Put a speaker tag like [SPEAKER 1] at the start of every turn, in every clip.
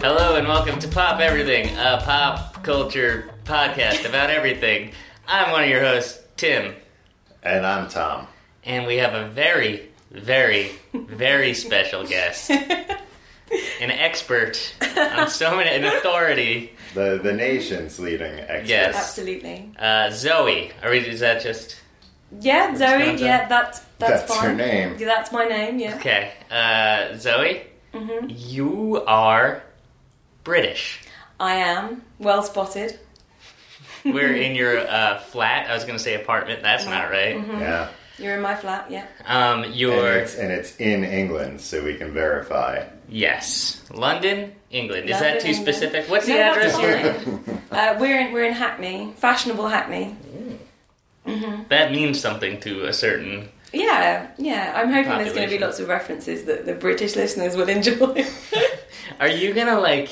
[SPEAKER 1] Hello and welcome to Pop Everything, a pop culture podcast about everything. I'm one of your hosts, Tim,
[SPEAKER 2] And I'm Tom.
[SPEAKER 1] and we have a very, very, very special guest. An expert on so many, an authority.
[SPEAKER 2] The the nation's leading expert.
[SPEAKER 1] Yes.
[SPEAKER 3] Absolutely.
[SPEAKER 1] Uh, Zoe, are we, is that just.
[SPEAKER 3] Yeah, Zoe.
[SPEAKER 1] gonna do-
[SPEAKER 3] Yeah, that's that's,
[SPEAKER 2] That's
[SPEAKER 3] fine.
[SPEAKER 2] your name.
[SPEAKER 3] Yeah, that's my name. Yeah.
[SPEAKER 1] Okay. Uh, Zoe, you are British.
[SPEAKER 3] I am well spotted.
[SPEAKER 1] We're in your uh, flat. I was going to say apartment. That's not right.
[SPEAKER 2] Yeah.
[SPEAKER 3] You're in my flat. Yeah.
[SPEAKER 1] Um,
[SPEAKER 2] And
[SPEAKER 1] you're.
[SPEAKER 2] it's, and it's in England, so we can verify.
[SPEAKER 1] Yes. London, England. Is that
[SPEAKER 3] London,
[SPEAKER 1] too
[SPEAKER 3] England.
[SPEAKER 1] specific? What's
[SPEAKER 3] No,
[SPEAKER 1] the
[SPEAKER 3] that's
[SPEAKER 1] address here?
[SPEAKER 3] fine. uh, we're in we're in Hackney, fashionable Hackney.
[SPEAKER 1] That means something to a certain.
[SPEAKER 3] Yeah, yeah. I'm hoping there's going to
[SPEAKER 1] Population.
[SPEAKER 3] be lots of references that the British listeners will enjoy.
[SPEAKER 1] Are you gonna like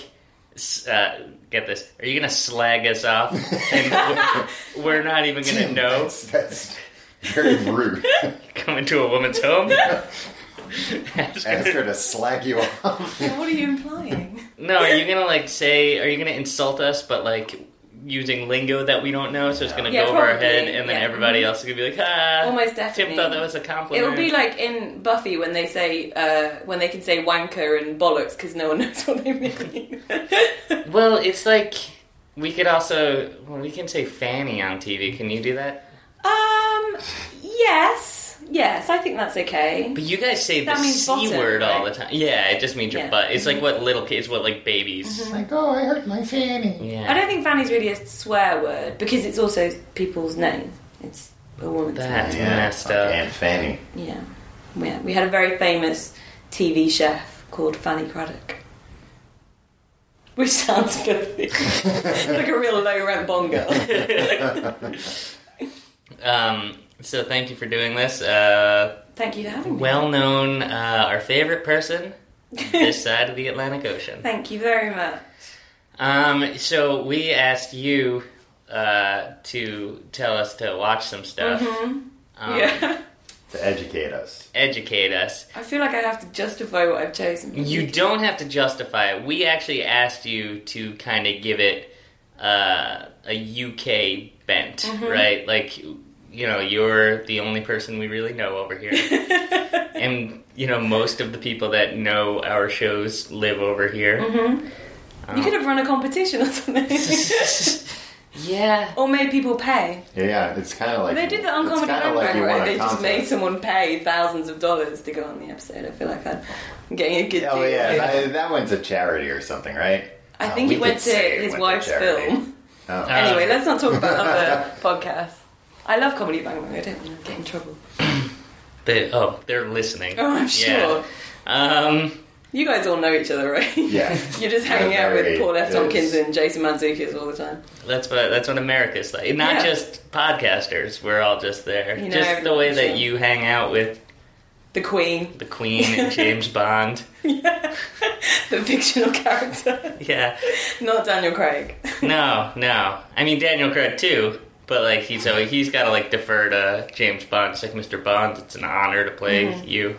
[SPEAKER 1] s- uh, get this? Are you gonna slag us off? And we're, we're not even gonna know
[SPEAKER 2] That's, that's very rude.
[SPEAKER 1] coming to a woman's home.
[SPEAKER 2] Ask her to slag you off.
[SPEAKER 3] what are you implying?
[SPEAKER 1] no, are you gonna like say? Are you gonna insult us? But like. Using lingo that we don't know, so it's gonna
[SPEAKER 3] Yeah,
[SPEAKER 1] go over our
[SPEAKER 3] probably,
[SPEAKER 1] head, and then
[SPEAKER 3] yeah. Mm-hmm.
[SPEAKER 1] everybody else is gonna be like, "Ah, Tim
[SPEAKER 3] Almost definitely.
[SPEAKER 1] thought that was a
[SPEAKER 3] It
[SPEAKER 1] compliment."
[SPEAKER 3] would be like in Buffy when they say uh, when they can say wanker and bollocks because no one knows what they mean.
[SPEAKER 1] well, it's like we could also well, we can say "fanny" on TV. Can you do that?
[SPEAKER 3] um. Yes. Yes. I think that's okay.
[SPEAKER 1] But you guys say
[SPEAKER 3] That
[SPEAKER 1] the c
[SPEAKER 3] means bottom,
[SPEAKER 1] word all the
[SPEAKER 3] right?
[SPEAKER 1] time. Yeah, it just means your
[SPEAKER 3] Yeah. Mm-hmm.
[SPEAKER 1] butt. It's like what little kids, what like babies.
[SPEAKER 2] like, oh, I hurt my fanny.
[SPEAKER 1] Yeah,
[SPEAKER 3] I don't think fanny's really a swear word because it's also people's name. It's a woman's
[SPEAKER 1] that's
[SPEAKER 2] Yeah.
[SPEAKER 1] messed
[SPEAKER 2] like
[SPEAKER 1] up.
[SPEAKER 2] Aunt Fanny.
[SPEAKER 3] name. Yeah. yeah. We had a very famous TV chef called Fanny Craddock. Which sounds filthy. like a real low rent bongo.
[SPEAKER 1] Um, so thank you for doing this. Uh,
[SPEAKER 3] Thank you for having me.
[SPEAKER 1] well known, uh, our favorite person this side of the Atlantic Ocean.
[SPEAKER 3] Thank you very much.
[SPEAKER 1] Um, so we asked you uh, to tell us to watch some stuff,
[SPEAKER 3] Mm-hmm.
[SPEAKER 1] um,
[SPEAKER 3] yeah.
[SPEAKER 2] To educate us.
[SPEAKER 1] educate us.
[SPEAKER 3] I feel like I have to justify what I've chosen.
[SPEAKER 1] You don't have to justify it. We actually asked you to kind of give it uh, a UK bent,
[SPEAKER 3] Mm-hmm.
[SPEAKER 1] right? Like, you know, you're the only person we really know over here. and, you know, most of the people that know our shows live over here.
[SPEAKER 3] Mm-hmm. You could have run a competition or something.
[SPEAKER 1] yeah.
[SPEAKER 3] or made people pay.
[SPEAKER 2] Yeah, yeah it's kind of like
[SPEAKER 3] They did that on
[SPEAKER 2] it's
[SPEAKER 3] Comedy
[SPEAKER 2] kinda
[SPEAKER 3] Bang
[SPEAKER 2] like
[SPEAKER 3] Bang,
[SPEAKER 2] you
[SPEAKER 3] right?
[SPEAKER 2] won a
[SPEAKER 3] They just
[SPEAKER 2] contest.
[SPEAKER 3] made someone pay thousands of dollars to go on the episode. I feel like I'm getting a good
[SPEAKER 2] Oh
[SPEAKER 3] deal.
[SPEAKER 2] yeah, That, that went to charity or something, right?
[SPEAKER 3] I
[SPEAKER 2] Oh,
[SPEAKER 3] think
[SPEAKER 2] we
[SPEAKER 3] it went
[SPEAKER 2] could
[SPEAKER 3] to
[SPEAKER 2] say it
[SPEAKER 3] his
[SPEAKER 2] went to
[SPEAKER 3] wife's
[SPEAKER 2] charity.
[SPEAKER 3] film.
[SPEAKER 2] Oh.
[SPEAKER 1] Uh,
[SPEAKER 3] Anyway, let's not talk about other podcasts. I love Comedy Bang Bang. I don't want to get in trouble.
[SPEAKER 1] They, oh, they're listening.
[SPEAKER 3] Oh, I'm
[SPEAKER 1] Yeah.
[SPEAKER 3] sure.
[SPEAKER 1] Um,
[SPEAKER 3] You guys all know each other, right?
[SPEAKER 2] Yeah.
[SPEAKER 3] You're just hanging
[SPEAKER 2] They're
[SPEAKER 3] out with
[SPEAKER 2] very-
[SPEAKER 3] Paul F.
[SPEAKER 2] yes.
[SPEAKER 3] Tompkins and Jason Mantzoukas all the time.
[SPEAKER 1] that's what that's what America's like. Not
[SPEAKER 3] Yeah.
[SPEAKER 1] just podcasters. We're all just there.
[SPEAKER 3] You know,
[SPEAKER 1] just the way that
[SPEAKER 3] so-
[SPEAKER 1] you hang out with
[SPEAKER 3] The Queen,
[SPEAKER 1] the Queen and James Bond.
[SPEAKER 3] the fictional character,
[SPEAKER 1] Yeah.
[SPEAKER 3] not Daniel Craig.
[SPEAKER 1] No, no. I mean Daniel Craig too, but like he's always, he's Mm-hmm. got to like defer to James Bond. It's like Mr. Bond. It's an honor to play you.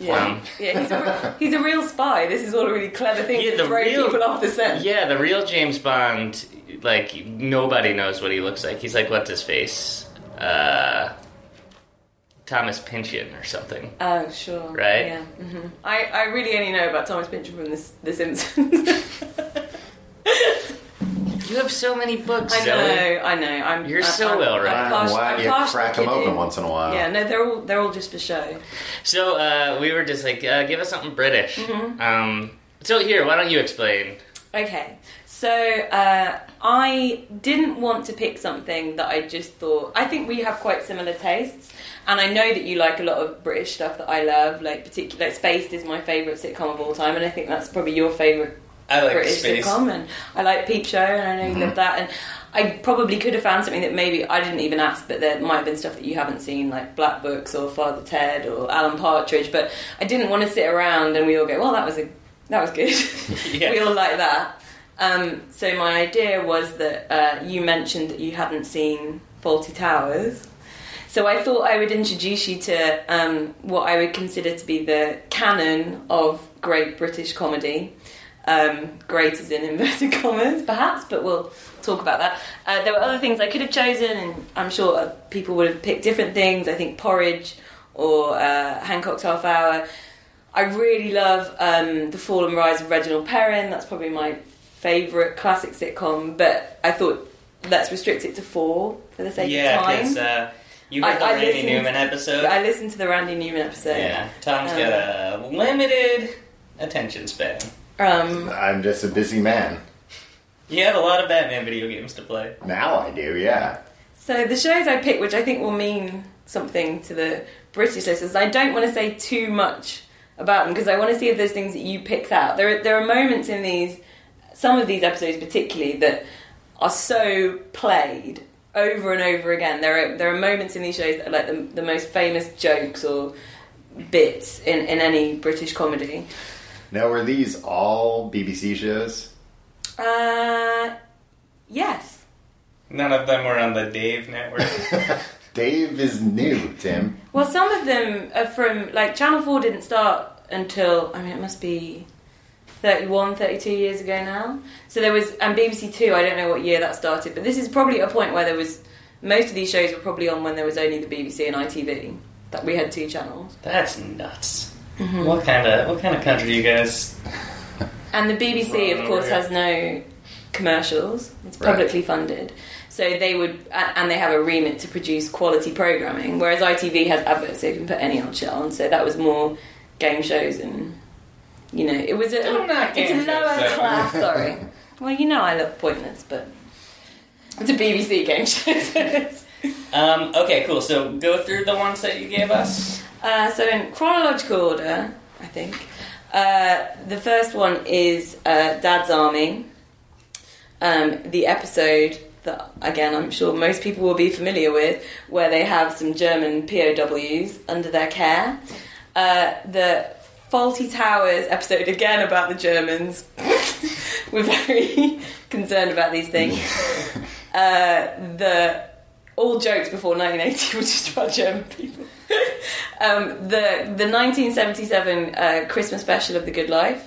[SPEAKER 3] Yeah,
[SPEAKER 1] Um,
[SPEAKER 3] yeah he's, a, he's a real spy. This is all a really clever thing
[SPEAKER 1] Yeah,
[SPEAKER 3] to
[SPEAKER 1] the
[SPEAKER 3] throw
[SPEAKER 1] real-
[SPEAKER 3] people off the scent.
[SPEAKER 1] Yeah, the real James Bond, like nobody knows what he looks like. He's like what's his face, uh, Thomas Pynchon or something.
[SPEAKER 3] Oh, sure.
[SPEAKER 1] Right?
[SPEAKER 3] Yeah. hmm I, I really only know about Thomas Pynchon from this, The Simpsons.
[SPEAKER 1] You have so many books.
[SPEAKER 3] I
[SPEAKER 1] Zoe.
[SPEAKER 3] know, I know. I'm,
[SPEAKER 1] Oh, You're
[SPEAKER 3] I,
[SPEAKER 1] so
[SPEAKER 3] I'm-
[SPEAKER 1] well read.
[SPEAKER 3] I'm
[SPEAKER 2] Why-
[SPEAKER 3] partial-
[SPEAKER 2] why
[SPEAKER 3] I'm
[SPEAKER 2] you
[SPEAKER 3] partial
[SPEAKER 2] crack 'em
[SPEAKER 3] to
[SPEAKER 2] open
[SPEAKER 3] you.
[SPEAKER 2] once in a while.
[SPEAKER 3] Yeah, no, they're all they're all just for show.
[SPEAKER 1] So uh, we were just like, uh, give us something British. Um, so here, why don't you explain?
[SPEAKER 3] Okay, so uh, I didn't want to pick something that I just thought. I think we have quite similar tastes, and I know that you like a lot of British stuff that I love. Like particular, like Spaced is my favourite sitcom of all time, and I think that's probably your favourite
[SPEAKER 1] I like
[SPEAKER 3] British
[SPEAKER 1] Space.
[SPEAKER 3] sitcom. And I like Peep Show, and I know you love that. And I probably could have found something that maybe I didn't even ask, but there might have been stuff that you haven't seen, like Black Books or Father Ted or Alan Partridge. But I didn't want to sit around and we all go, "Well, that was a that was good."
[SPEAKER 1] Yeah.
[SPEAKER 3] we all like that. Um, so my idea was that uh, you mentioned that you hadn't seen Faulty Towers. So I thought I would introduce you to um, what I would consider to be the canon of great British comedy. Um, great as in inverted commas, perhaps, but we'll talk about that. Uh, there were other things I could have chosen, and I'm sure uh, people would have picked different things. I think Porridge or uh, Hancock's Half Hour. I really love um, The Fall and Rise of Reginald Perrin. That's probably my favourite classic sitcom, but I thought let's restrict it to four for the sake
[SPEAKER 1] yeah,
[SPEAKER 3] of time.
[SPEAKER 1] because uh, you
[SPEAKER 3] I-
[SPEAKER 1] heard the
[SPEAKER 3] I
[SPEAKER 1] Randy
[SPEAKER 3] listened-
[SPEAKER 1] Newman episode.
[SPEAKER 3] I listened to the Randy Newman episode.
[SPEAKER 1] yeah, Tom's
[SPEAKER 3] Um,
[SPEAKER 1] got a limited attention span.
[SPEAKER 3] Um,
[SPEAKER 2] I'm just a busy man.
[SPEAKER 1] You had a lot of Batman video games to play.
[SPEAKER 2] Now I do, yeah.
[SPEAKER 3] so the shows I picked, which I think will mean something to the British listeners, I don't want to say too much about them because I want to see if there's things that you picked out. There are, there are moments in these, some of these episodes particularly, that are so played over and over again. There are there are moments in these shows that are like the, the most famous jokes or bits in, in any British comedy.
[SPEAKER 2] Now, were these all BBC shows?
[SPEAKER 3] Uh, yes.
[SPEAKER 1] None of them were on the Dave network.
[SPEAKER 2] Dave is new, Tim.
[SPEAKER 3] Well, some of them are from like Channel 4 didn't start until I mean it must be 31, 32 years ago now. So there was and BBC 2, I don't know what year that started, but this is probably a point where there was most of these shows were probably on when there was only the BBC and ITV. That we had two channels.
[SPEAKER 1] That's nuts.
[SPEAKER 3] Mm-hmm.
[SPEAKER 1] What kind of what kind of country you guys?
[SPEAKER 3] And the BBC of
[SPEAKER 1] Right,
[SPEAKER 3] course
[SPEAKER 1] yeah.
[SPEAKER 3] has no commercials. It's
[SPEAKER 2] Right.
[SPEAKER 3] publicly funded. So they would a- and they have a remit to produce quality programming whereas ITV has adverts so you can put any old shit on. So that was more game shows and you know, it was a,
[SPEAKER 1] Don't knock
[SPEAKER 3] it's a
[SPEAKER 1] games,
[SPEAKER 3] lower
[SPEAKER 1] so.
[SPEAKER 3] class. Sorry. Well, you know I love pointless, but it's a BBC game show.
[SPEAKER 1] Um, okay, cool. So go through the ones that you gave us.
[SPEAKER 3] uh, so in chronological order, I think uh, the first one is uh, Dad's Army. Um, the episode that again I'm sure most people will be familiar with, where they have some German POWs under their care. Uh, the Faulty Towers episode again about the Germans. We're very concerned about these things. Uh, the all jokes before 1980 were just about German people. um, the the 1977 uh, Christmas special of The Good Life,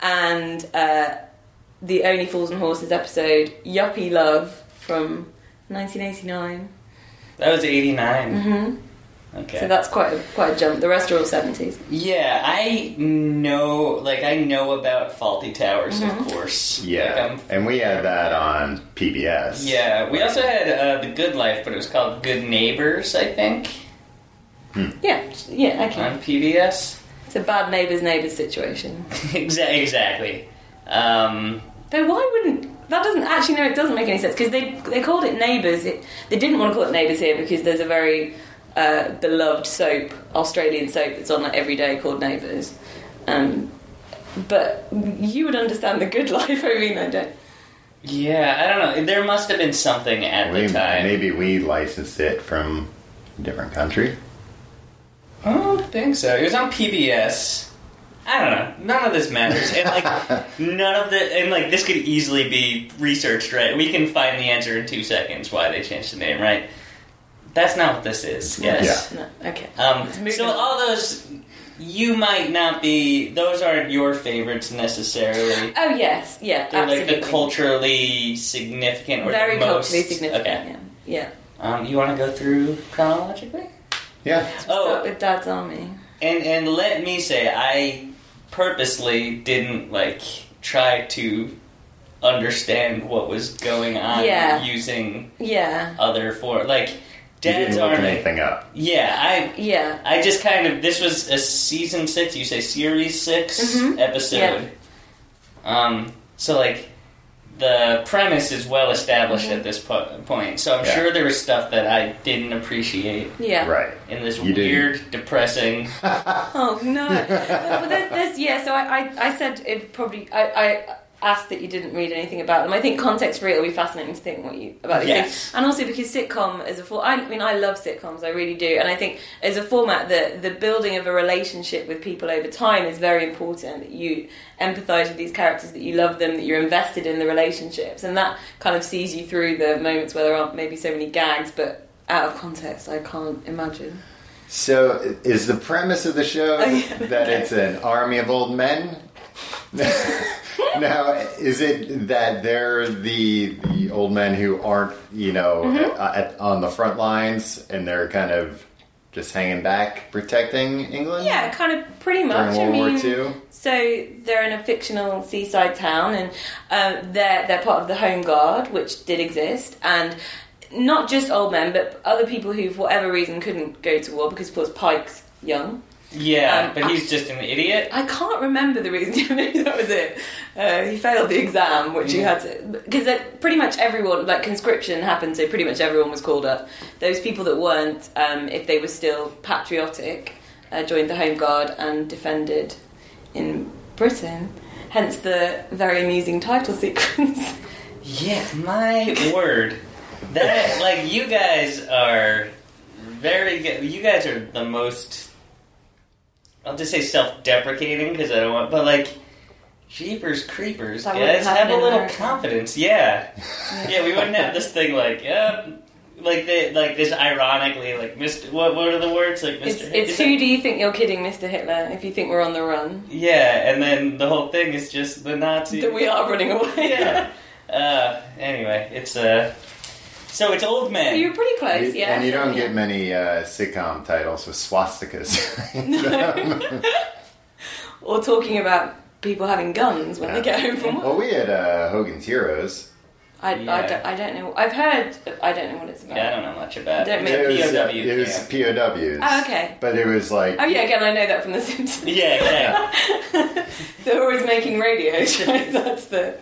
[SPEAKER 3] and uh, the Only Fools and Horses episode Yuppie Love from 1989.
[SPEAKER 1] That was eighty Mm-hmm. Okay.
[SPEAKER 3] So that's quite a, quite a jump. The rest are all 70s.
[SPEAKER 1] Yeah, I know, like, I know about Faulty Towers,
[SPEAKER 3] Mm-hmm.
[SPEAKER 1] of course. Like,
[SPEAKER 2] Yeah. um,
[SPEAKER 1] I'm-
[SPEAKER 2] and we had that on PBS.
[SPEAKER 1] yeah, we also had uh, The Good Life, but it was called Good Neighbors, I think,
[SPEAKER 3] Yeah, yeah, okay.
[SPEAKER 1] on PBS.
[SPEAKER 3] It's a bad neighbours neighbours situation.
[SPEAKER 1] Exa- exactly. Um,
[SPEAKER 3] Though why wouldn't that doesn't actually no it doesn't make any sense because they they called it neighbours it, they didn't want to call it neighbours here because there's a very uh, beloved soap Australian soap that's on like, every day called neighbours um, but you would understand the good life I mean I don't
[SPEAKER 1] yeah, I don't know. There must have been something at
[SPEAKER 2] We,
[SPEAKER 1] the time.
[SPEAKER 2] maybe we licensed it from a different country.
[SPEAKER 1] I don't think so. It was on PBS. I don't know. None of this matters, and like none of the and like this could easily be researched. Right? We can find the answer in two seconds why they changed the name. Right? That's not what this is. Yes.
[SPEAKER 3] no okay
[SPEAKER 1] Um,
[SPEAKER 3] moving
[SPEAKER 1] so
[SPEAKER 3] on.
[SPEAKER 1] all those
[SPEAKER 4] you might not be; those aren't your favorites necessarily.
[SPEAKER 3] Oh yes, yeah,
[SPEAKER 4] They're
[SPEAKER 3] absolutely.
[SPEAKER 4] like the culturally significant or
[SPEAKER 3] very
[SPEAKER 4] the most
[SPEAKER 3] culturally significant.
[SPEAKER 4] Okay.
[SPEAKER 3] Yeah,
[SPEAKER 4] Um, you want to go through chronologically?
[SPEAKER 2] Yeah.
[SPEAKER 3] yeah.
[SPEAKER 4] Oh.
[SPEAKER 3] Start with Dad's Army.
[SPEAKER 4] And and let me say, I purposely didn't like try to understand what was going on
[SPEAKER 3] Yeah.
[SPEAKER 4] using
[SPEAKER 3] Yeah,
[SPEAKER 4] other for like
[SPEAKER 2] You
[SPEAKER 4] Dad's
[SPEAKER 2] didn't look
[SPEAKER 4] Army.
[SPEAKER 2] anything up.
[SPEAKER 4] Yeah, I
[SPEAKER 3] yeah,
[SPEAKER 4] I just kind of this was a season six. You say series 6
[SPEAKER 3] Mhm.
[SPEAKER 4] episode. Um. So like. The premise is well established at this po- point, so I'm
[SPEAKER 2] Yeah.
[SPEAKER 4] sure there was stuff that I didn't appreciate
[SPEAKER 3] yeah.
[SPEAKER 2] Right.
[SPEAKER 4] in this
[SPEAKER 2] You didn't.
[SPEAKER 4] weird, depressing
[SPEAKER 3] Oh no! but there's, there's, yeah, so I, I, I said it probably. I, I asked that you didn't read anything about them. I think context for it will be fascinating to think what you about these
[SPEAKER 4] Yes.
[SPEAKER 3] things, and also because sitcom as a for I mean, I love sitcoms, I really do, and I think as a format, the the building of a relationship with people over time is very important. That you empathise with these characters, that you love them, that you're invested in the relationships, and that kind of sees you through the moments where there aren't maybe so many gags, but out of context, I can't imagine.
[SPEAKER 2] So, is the premise of the show
[SPEAKER 3] Oh, yeah.
[SPEAKER 2] that it's an army of old men? now, is it that they're the the old men who aren't, you know,
[SPEAKER 3] Mm-hmm.
[SPEAKER 2] at, at- on the front lines and they're kind of just hanging back, protecting England?
[SPEAKER 3] Yeah, kind of pretty much. I
[SPEAKER 2] During World
[SPEAKER 3] mean,
[SPEAKER 2] War Two.
[SPEAKER 3] So they're in a fictional seaside town, and um, they're they're part of the Home Guard, which did exist, and not just old men, but other people who, for whatever reason, couldn't go to war because, of course, Pike's young.
[SPEAKER 4] Yeah,
[SPEAKER 3] Um,
[SPEAKER 4] but he's just an idiot.
[SPEAKER 3] I can't remember the reason. Maybe that was it. Uh, he failed the exam, which he had to because pretty much everyone, like conscription happened, so pretty much everyone was called up. Those people that weren't, um, if they were still patriotic, uh, joined the Home Guard and defended in Britain. Hence the very amusing title sequence.
[SPEAKER 4] Yeah, my word. That like you guys are very good. You guys are the most. I'll just say self-deprecating because I don't want, but like. Jeepers creepers,
[SPEAKER 3] That wouldn't
[SPEAKER 4] guys. Have
[SPEAKER 3] happen
[SPEAKER 4] a
[SPEAKER 3] in
[SPEAKER 4] little
[SPEAKER 3] America.
[SPEAKER 4] confidence, yeah. yeah, we wouldn't have this thing like, uh, like the, like this ironically, like Mr. What what are the words like Mr.
[SPEAKER 3] it's,
[SPEAKER 4] Hit-
[SPEAKER 3] it's
[SPEAKER 4] is
[SPEAKER 3] who
[SPEAKER 4] it-
[SPEAKER 3] do you think you're kidding, Mr. Hitler? If you think we're on the run,
[SPEAKER 4] Yeah, and then the whole thing is just the Nazi.
[SPEAKER 3] that we are running away.
[SPEAKER 4] yeah. Uh, anyway, it's uh, so it's old men.
[SPEAKER 3] You're pretty
[SPEAKER 2] You-
[SPEAKER 3] close, yeah.
[SPEAKER 2] and you don't
[SPEAKER 3] Yeah.
[SPEAKER 2] get many uh, sitcom titles with swastikas.
[SPEAKER 3] or talking about people having guns when they get home from work.
[SPEAKER 2] well, we had uh, Hogan's Heroes.
[SPEAKER 3] I, I,
[SPEAKER 4] Yeah.
[SPEAKER 3] don't, I don't know. I've heard. I don't know what it's about.
[SPEAKER 4] Yeah, I don't know much about
[SPEAKER 3] Don't
[SPEAKER 4] it.
[SPEAKER 3] make-
[SPEAKER 2] It was,
[SPEAKER 4] It's a POW
[SPEAKER 2] it was
[SPEAKER 4] camp.
[SPEAKER 2] POWs.
[SPEAKER 3] Oh, okay.
[SPEAKER 2] But it was like
[SPEAKER 3] Oh yeah, again, I know that from The Simpsons.
[SPEAKER 4] Yeah, yeah.
[SPEAKER 3] They're always making radio shows. That's the.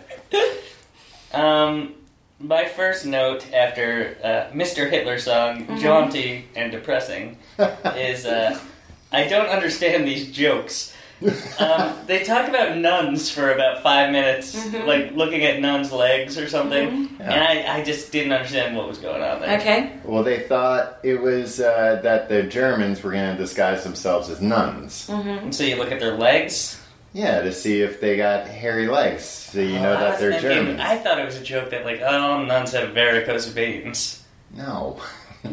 [SPEAKER 4] um, my first note after uh, Mr. Hitler song, jaunty and depressing, is uh, I don't understand these jokes. um, they talk about nuns for about five minutes, like looking at nuns' legs or something, and I, I just didn't understand what was going on there.
[SPEAKER 3] Okay.
[SPEAKER 2] Well, they thought it was uh, that the Germans were going to disguise themselves as nuns.
[SPEAKER 4] And so you look at their legs.
[SPEAKER 2] Yeah, to see if they got hairy legs, so you know
[SPEAKER 4] Oh, I
[SPEAKER 2] that
[SPEAKER 4] was
[SPEAKER 2] they're
[SPEAKER 4] thinking-
[SPEAKER 2] Germans.
[SPEAKER 4] I thought it was a joke that like, oh, nuns have varicose veins.
[SPEAKER 2] No,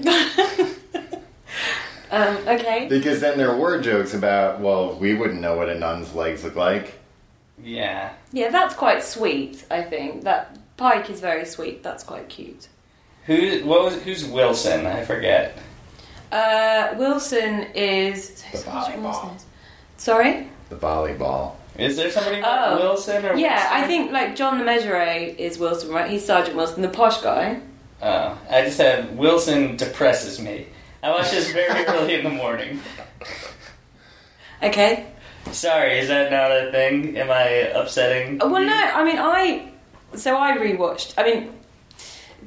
[SPEAKER 3] Um, okay.
[SPEAKER 2] because then there were jokes about, well, we wouldn't know what a nun's legs look like.
[SPEAKER 4] Yeah,
[SPEAKER 3] Yeah, that's quite sweet. I think that Pike is very sweet. That's quite cute.
[SPEAKER 4] who? What was? Who's Wilson? I forget.
[SPEAKER 3] Uh, Wilson is.
[SPEAKER 2] The volleyball.
[SPEAKER 3] Sorry.
[SPEAKER 2] The volleyball.
[SPEAKER 4] Is there somebody named
[SPEAKER 3] Oh.
[SPEAKER 4] Wilson or?
[SPEAKER 3] Yeah,
[SPEAKER 4] Wilson?
[SPEAKER 3] I think like John the Measure is Wilson, right? He's Sergeant Wilson, the posh guy.
[SPEAKER 4] Oh, I just have Wilson depresses me. I watch this very early in the morning.
[SPEAKER 3] Okay.
[SPEAKER 4] Sorry, is that not a thing? Am I upsetting?
[SPEAKER 3] Uh, Well,
[SPEAKER 2] Mm-hmm.
[SPEAKER 4] you?
[SPEAKER 3] no, I mean, I. So I rewatched. I mean,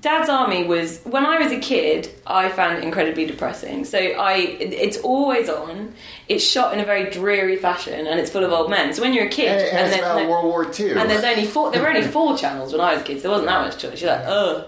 [SPEAKER 3] Dad's Army was when I was a kid. I found it incredibly depressing. So I, it- it's always on. It's shot in a very dreary fashion, and it's full of old men. So when you're a kid,
[SPEAKER 2] And, and it's
[SPEAKER 3] there's
[SPEAKER 2] about
[SPEAKER 3] no-
[SPEAKER 2] World War II.
[SPEAKER 3] and there's only four. There were only four channels when I was a kid. So there wasn't that much choice. You're like, oh,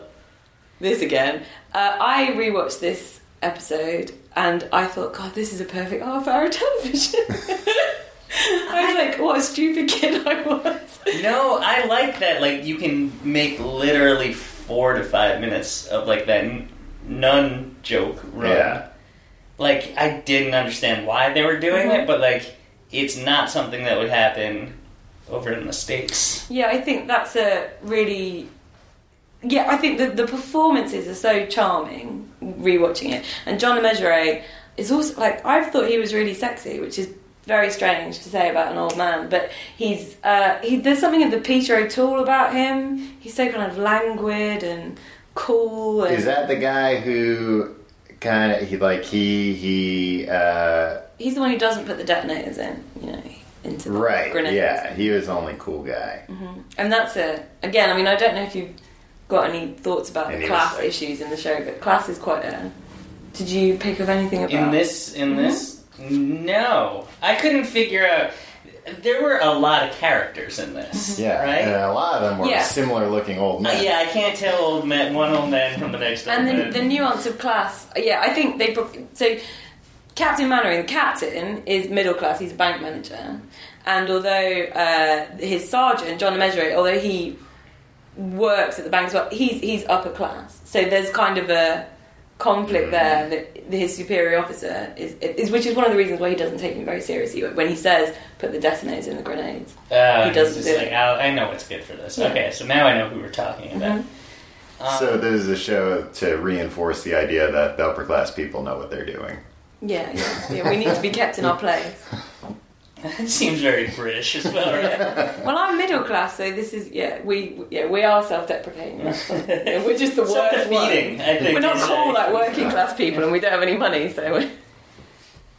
[SPEAKER 3] this again. Uh, I rewatched this episode, and I thought, God, this is a perfect half-hour television. I was like, what a stupid kid I was.
[SPEAKER 4] No, I like that. Like you can make literally four to five minutes of like that n- nun joke run.
[SPEAKER 2] Yeah.
[SPEAKER 4] Mm-hmm. Like I didn't understand why they were doing it, but like it's not something that would happen over in the States.
[SPEAKER 3] Yeah, I think that's a really. Yeah, I think the, the performances are so charming rewatching it. And John Lemessurier is also like I've thought he was really sexy, which is very strange to say about an old man. But he's uh, he, there's something of the Peter O'Toole about him. He's so kind of languid and cool. And
[SPEAKER 2] Is that the guy who kind of he like he he uh
[SPEAKER 3] he's the one who doesn't put the detonators in, you know, into the
[SPEAKER 2] right
[SPEAKER 3] grenades.
[SPEAKER 2] yeah he was the only cool guy
[SPEAKER 4] Mm-hmm.
[SPEAKER 3] And that's a again. I mean, I don't know if you've got any thoughts about
[SPEAKER 2] Any
[SPEAKER 3] the class
[SPEAKER 2] insight.
[SPEAKER 3] issues in the show, but class is quite a. Did you pick up anything about
[SPEAKER 4] In this, in
[SPEAKER 3] Mm-hmm.
[SPEAKER 4] this, no, I couldn't figure out. There were a lot of characters in this.
[SPEAKER 3] Mm-hmm.
[SPEAKER 2] yeah
[SPEAKER 4] Right.
[SPEAKER 2] and a lot of them were
[SPEAKER 3] Yeah.
[SPEAKER 2] similar looking old
[SPEAKER 4] Uh,
[SPEAKER 2] men
[SPEAKER 4] yeah, I can't tell old man one old man from the next old
[SPEAKER 3] And
[SPEAKER 4] man.
[SPEAKER 3] the, the nuance of class, yeah, I think they pro- so. Captain Mannering, the captain, is middle class. He's a bank manager, and although uh, his sergeant John Measure, although he works at the bank as well, he's he's upper class. So there's kind of a conflict there that his superior officer is, is, which is one of the reasons why he doesn't take me very seriously when he says put the detonators in the grenades.
[SPEAKER 4] Uh,
[SPEAKER 3] He doesn't
[SPEAKER 4] it's
[SPEAKER 3] do
[SPEAKER 4] like,
[SPEAKER 3] it.
[SPEAKER 4] "Oh, I know what's good for this.
[SPEAKER 3] Yeah. Mm-hmm.
[SPEAKER 4] Okay, so now I know who we're talking about.
[SPEAKER 2] so this is a show to reinforce the idea that the upper class people know what they're doing
[SPEAKER 3] Yeah, yeah, yeah. We need to be kept in our place.
[SPEAKER 4] It seems very British as well, right?
[SPEAKER 3] Well, I'm middle class, so this is yeah. We yeah we are self-deprecating. That's fine. Yeah, we're just the worst
[SPEAKER 4] Self-defeating,
[SPEAKER 3] one.
[SPEAKER 4] I think.
[SPEAKER 3] We're not
[SPEAKER 4] is
[SPEAKER 3] cool
[SPEAKER 4] a-
[SPEAKER 3] like working class people, and we don't have any money, so we're...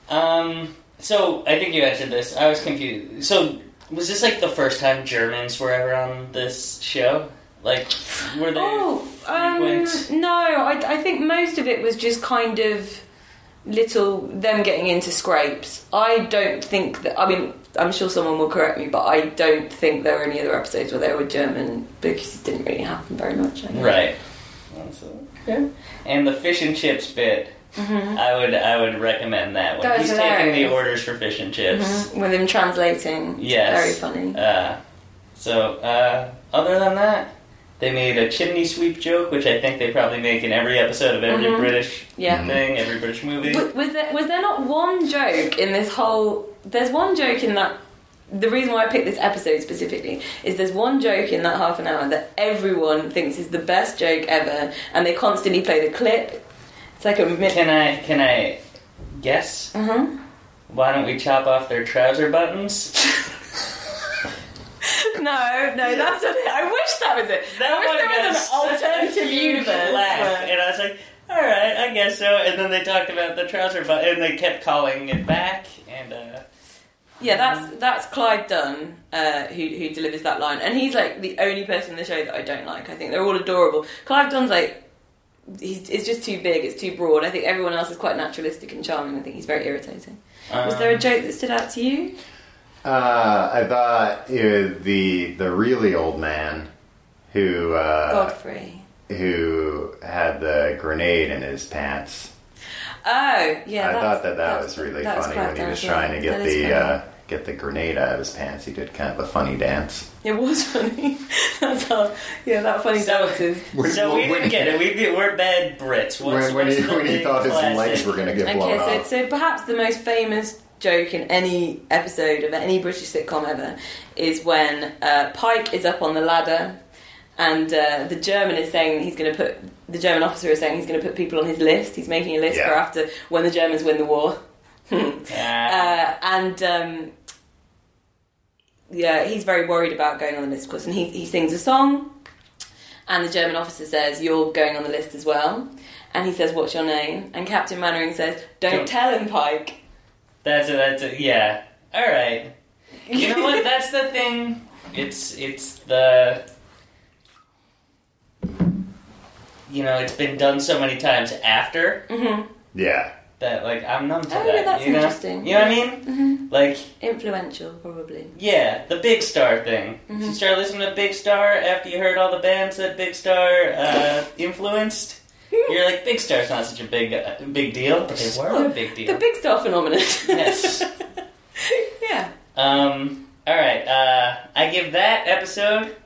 [SPEAKER 4] Um, so I think you answered this. I was confused. So was this like the first time Germans were ever on this show? Like, were they?
[SPEAKER 3] oh um,
[SPEAKER 4] frequent?
[SPEAKER 3] no, I, I think most of it was just kind of little them getting into scrapes. I don't think that. I mean, I'm sure someone will correct me, but I don't think there were any other episodes where they were German because it didn't really happen very much. I think.
[SPEAKER 4] Right. That's okay. And the fish and chips bit. I would I would recommend that one.
[SPEAKER 3] Mm-hmm. That was
[SPEAKER 4] He's taking the
[SPEAKER 3] hilarious.
[SPEAKER 4] orders for fish and chips.
[SPEAKER 3] With him translating, it's
[SPEAKER 4] Yes.
[SPEAKER 3] very funny.
[SPEAKER 4] Uh, so, uh, other than that, they made a chimney sweep joke, which I think they probably make in every episode of every British
[SPEAKER 3] Mm-hmm. Yeah.
[SPEAKER 4] thing, every British movie.
[SPEAKER 3] was, was there was there not one joke in this whole? There's one joke in that. The reason why I picked this episode specifically is there's one joke in that half an hour that everyone thinks is the best joke ever, and they constantly play the clip. It's like a mi-
[SPEAKER 4] Can I can I guess? Mm-hmm. Why don't we chop off their trouser buttons?
[SPEAKER 3] no, no, that's not it. I wish that was it. I wish there was an alternative universe.
[SPEAKER 4] Laugh.
[SPEAKER 3] where-
[SPEAKER 4] And I was like, all right, I guess so. And then they talked about the trouser button, and they kept calling it back, and. uh...
[SPEAKER 3] Yeah, that's that's Clive Dunn uh, who who delivers that line, and he's like the only person in the show that I don't like. I think they're all adorable. Clive Dunn's like he's it's just too big, it's too broad. I think everyone else is quite naturalistic and charming. I think he's very irritating. Was there a
[SPEAKER 2] Um,
[SPEAKER 3] joke that stood out to you?
[SPEAKER 2] uh i thought uh, the the really old man who uh
[SPEAKER 3] Godfrey.
[SPEAKER 2] who had the grenade in his pants
[SPEAKER 3] Oh, yeah.
[SPEAKER 2] I
[SPEAKER 3] that's-
[SPEAKER 2] thought that that
[SPEAKER 3] that's-
[SPEAKER 2] was really
[SPEAKER 3] that's
[SPEAKER 2] funny
[SPEAKER 3] Clive
[SPEAKER 2] when he
[SPEAKER 3] Dunn,
[SPEAKER 2] was
[SPEAKER 3] yeah.
[SPEAKER 2] trying to get
[SPEAKER 3] That is
[SPEAKER 2] the
[SPEAKER 3] funny.
[SPEAKER 2] uh, get the grenade out of his pants. He did kind of a funny dance.
[SPEAKER 3] It was funny. that's how. Yeah, that funny dances.
[SPEAKER 4] So we
[SPEAKER 2] When-
[SPEAKER 4] didn't get it. We did, we're bad Brits. What's,
[SPEAKER 2] When, when,
[SPEAKER 4] what's
[SPEAKER 2] he,
[SPEAKER 4] the
[SPEAKER 2] when he
[SPEAKER 4] big
[SPEAKER 2] thought his
[SPEAKER 4] classic?
[SPEAKER 2] legs were going to get blown
[SPEAKER 3] Okay, so,
[SPEAKER 2] off.
[SPEAKER 3] so perhaps the most famous joke in any episode of any British sitcom ever is when uh, Pike is up on the ladder and uh, the German is saying he's going to put the German officer is saying he's going to put people on his list. He's making a list
[SPEAKER 2] Yeah.
[SPEAKER 3] for after when the Germans win the war.
[SPEAKER 4] Ah,
[SPEAKER 3] Uh, and um, yeah, he's very worried about going on the list, of course. And he, he sings a song, and the German officer says, "You're going on the list as well." And he says, "What's your name?" And Captain Mannering says, "Don't,
[SPEAKER 4] Don't-
[SPEAKER 3] tell him, Pike."
[SPEAKER 4] that's a, that's a, yeah. All right. You know what? That's the thing. It's it's the you know it's been done so many times after
[SPEAKER 2] Yeah,
[SPEAKER 4] that like I'm numb to
[SPEAKER 3] Oh,
[SPEAKER 4] that.
[SPEAKER 3] yeah, that's
[SPEAKER 4] you know?
[SPEAKER 3] interesting. Mm-hmm.
[SPEAKER 4] You know what I mean? Like
[SPEAKER 3] Influential, probably.
[SPEAKER 4] yeah, the Big Star thing.
[SPEAKER 3] Mm-hmm.
[SPEAKER 4] Did you start listening to Big Star after you heard all the bands that Big Star uh, influenced? You're like Big Star's not such a big uh, big deal, but they were a big deal.
[SPEAKER 3] The big star phenomenon.
[SPEAKER 4] Yes.
[SPEAKER 3] yeah.
[SPEAKER 4] Um. All right. Uh, I give that episode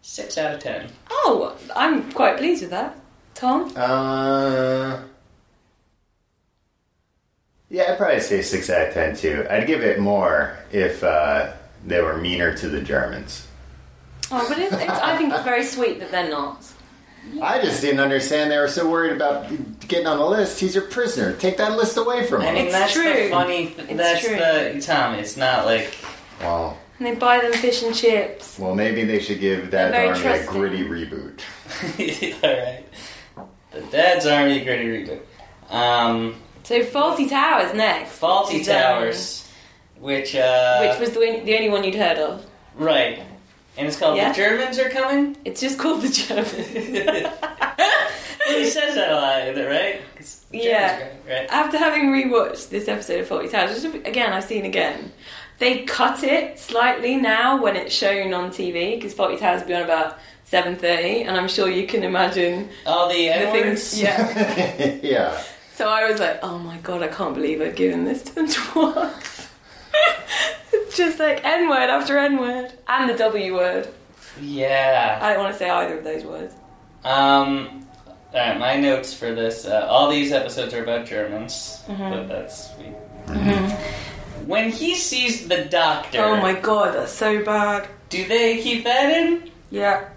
[SPEAKER 4] six out of ten.
[SPEAKER 3] Oh, I'm quite pleased with that, Tom.
[SPEAKER 2] uh, Yeah, I'd probably say six out of ten too. I'd give it more if uh, they were meaner to the Germans.
[SPEAKER 3] Oh, but it's, it's, I think it's very sweet that they're not.
[SPEAKER 2] I just didn't understand they were so worried about getting on the list. He's your prisoner. Take that list away from
[SPEAKER 4] I mean,
[SPEAKER 2] him.
[SPEAKER 3] It's
[SPEAKER 4] that's
[SPEAKER 3] true.
[SPEAKER 4] the funny. that's
[SPEAKER 3] true.
[SPEAKER 4] the Tom. It's not like
[SPEAKER 2] Well,
[SPEAKER 3] And they buy them fish and chips.
[SPEAKER 2] well, maybe they should give
[SPEAKER 3] They're
[SPEAKER 2] that
[SPEAKER 3] very
[SPEAKER 2] army a
[SPEAKER 3] trusting.
[SPEAKER 2] gritty reboot.
[SPEAKER 4] all right. The Dad's Army Gritty Reboot. Um,
[SPEAKER 3] So Faulty Towers next.
[SPEAKER 4] Faulty
[SPEAKER 3] Done.
[SPEAKER 4] Towers, which uh,
[SPEAKER 3] Which was the, win- the only one you'd heard of.
[SPEAKER 4] right, and it's called
[SPEAKER 3] Yeah.
[SPEAKER 4] The Germans Are Coming.
[SPEAKER 3] It's just called the German.
[SPEAKER 4] He says that a lot, is it right? 'Cause the Germans
[SPEAKER 3] Yeah.
[SPEAKER 4] are coming, right.
[SPEAKER 3] After having rewatched this episode of Forty Towers, which again I've seen again, they cut it slightly now when it's shown on TV because Forty Towers will be on about seven thirty, and I'm sure you can imagine
[SPEAKER 4] All the
[SPEAKER 3] the
[SPEAKER 4] N
[SPEAKER 3] things.
[SPEAKER 4] words.
[SPEAKER 3] Yeah.
[SPEAKER 2] yeah.
[SPEAKER 3] So I was like, oh my god, I can't believe I've given this to them to watch. It's Just like N word after N word. And the W word.
[SPEAKER 4] Yeah.
[SPEAKER 3] I don't want to say either of those words.
[SPEAKER 4] Um, all right, my notes for this. Uh, all these episodes are about Germans,
[SPEAKER 3] Mm-hmm.
[SPEAKER 4] but that's we. When he sees the doctor,
[SPEAKER 3] Oh my god, that's so bad.
[SPEAKER 4] do they keep that in?
[SPEAKER 3] Yeah.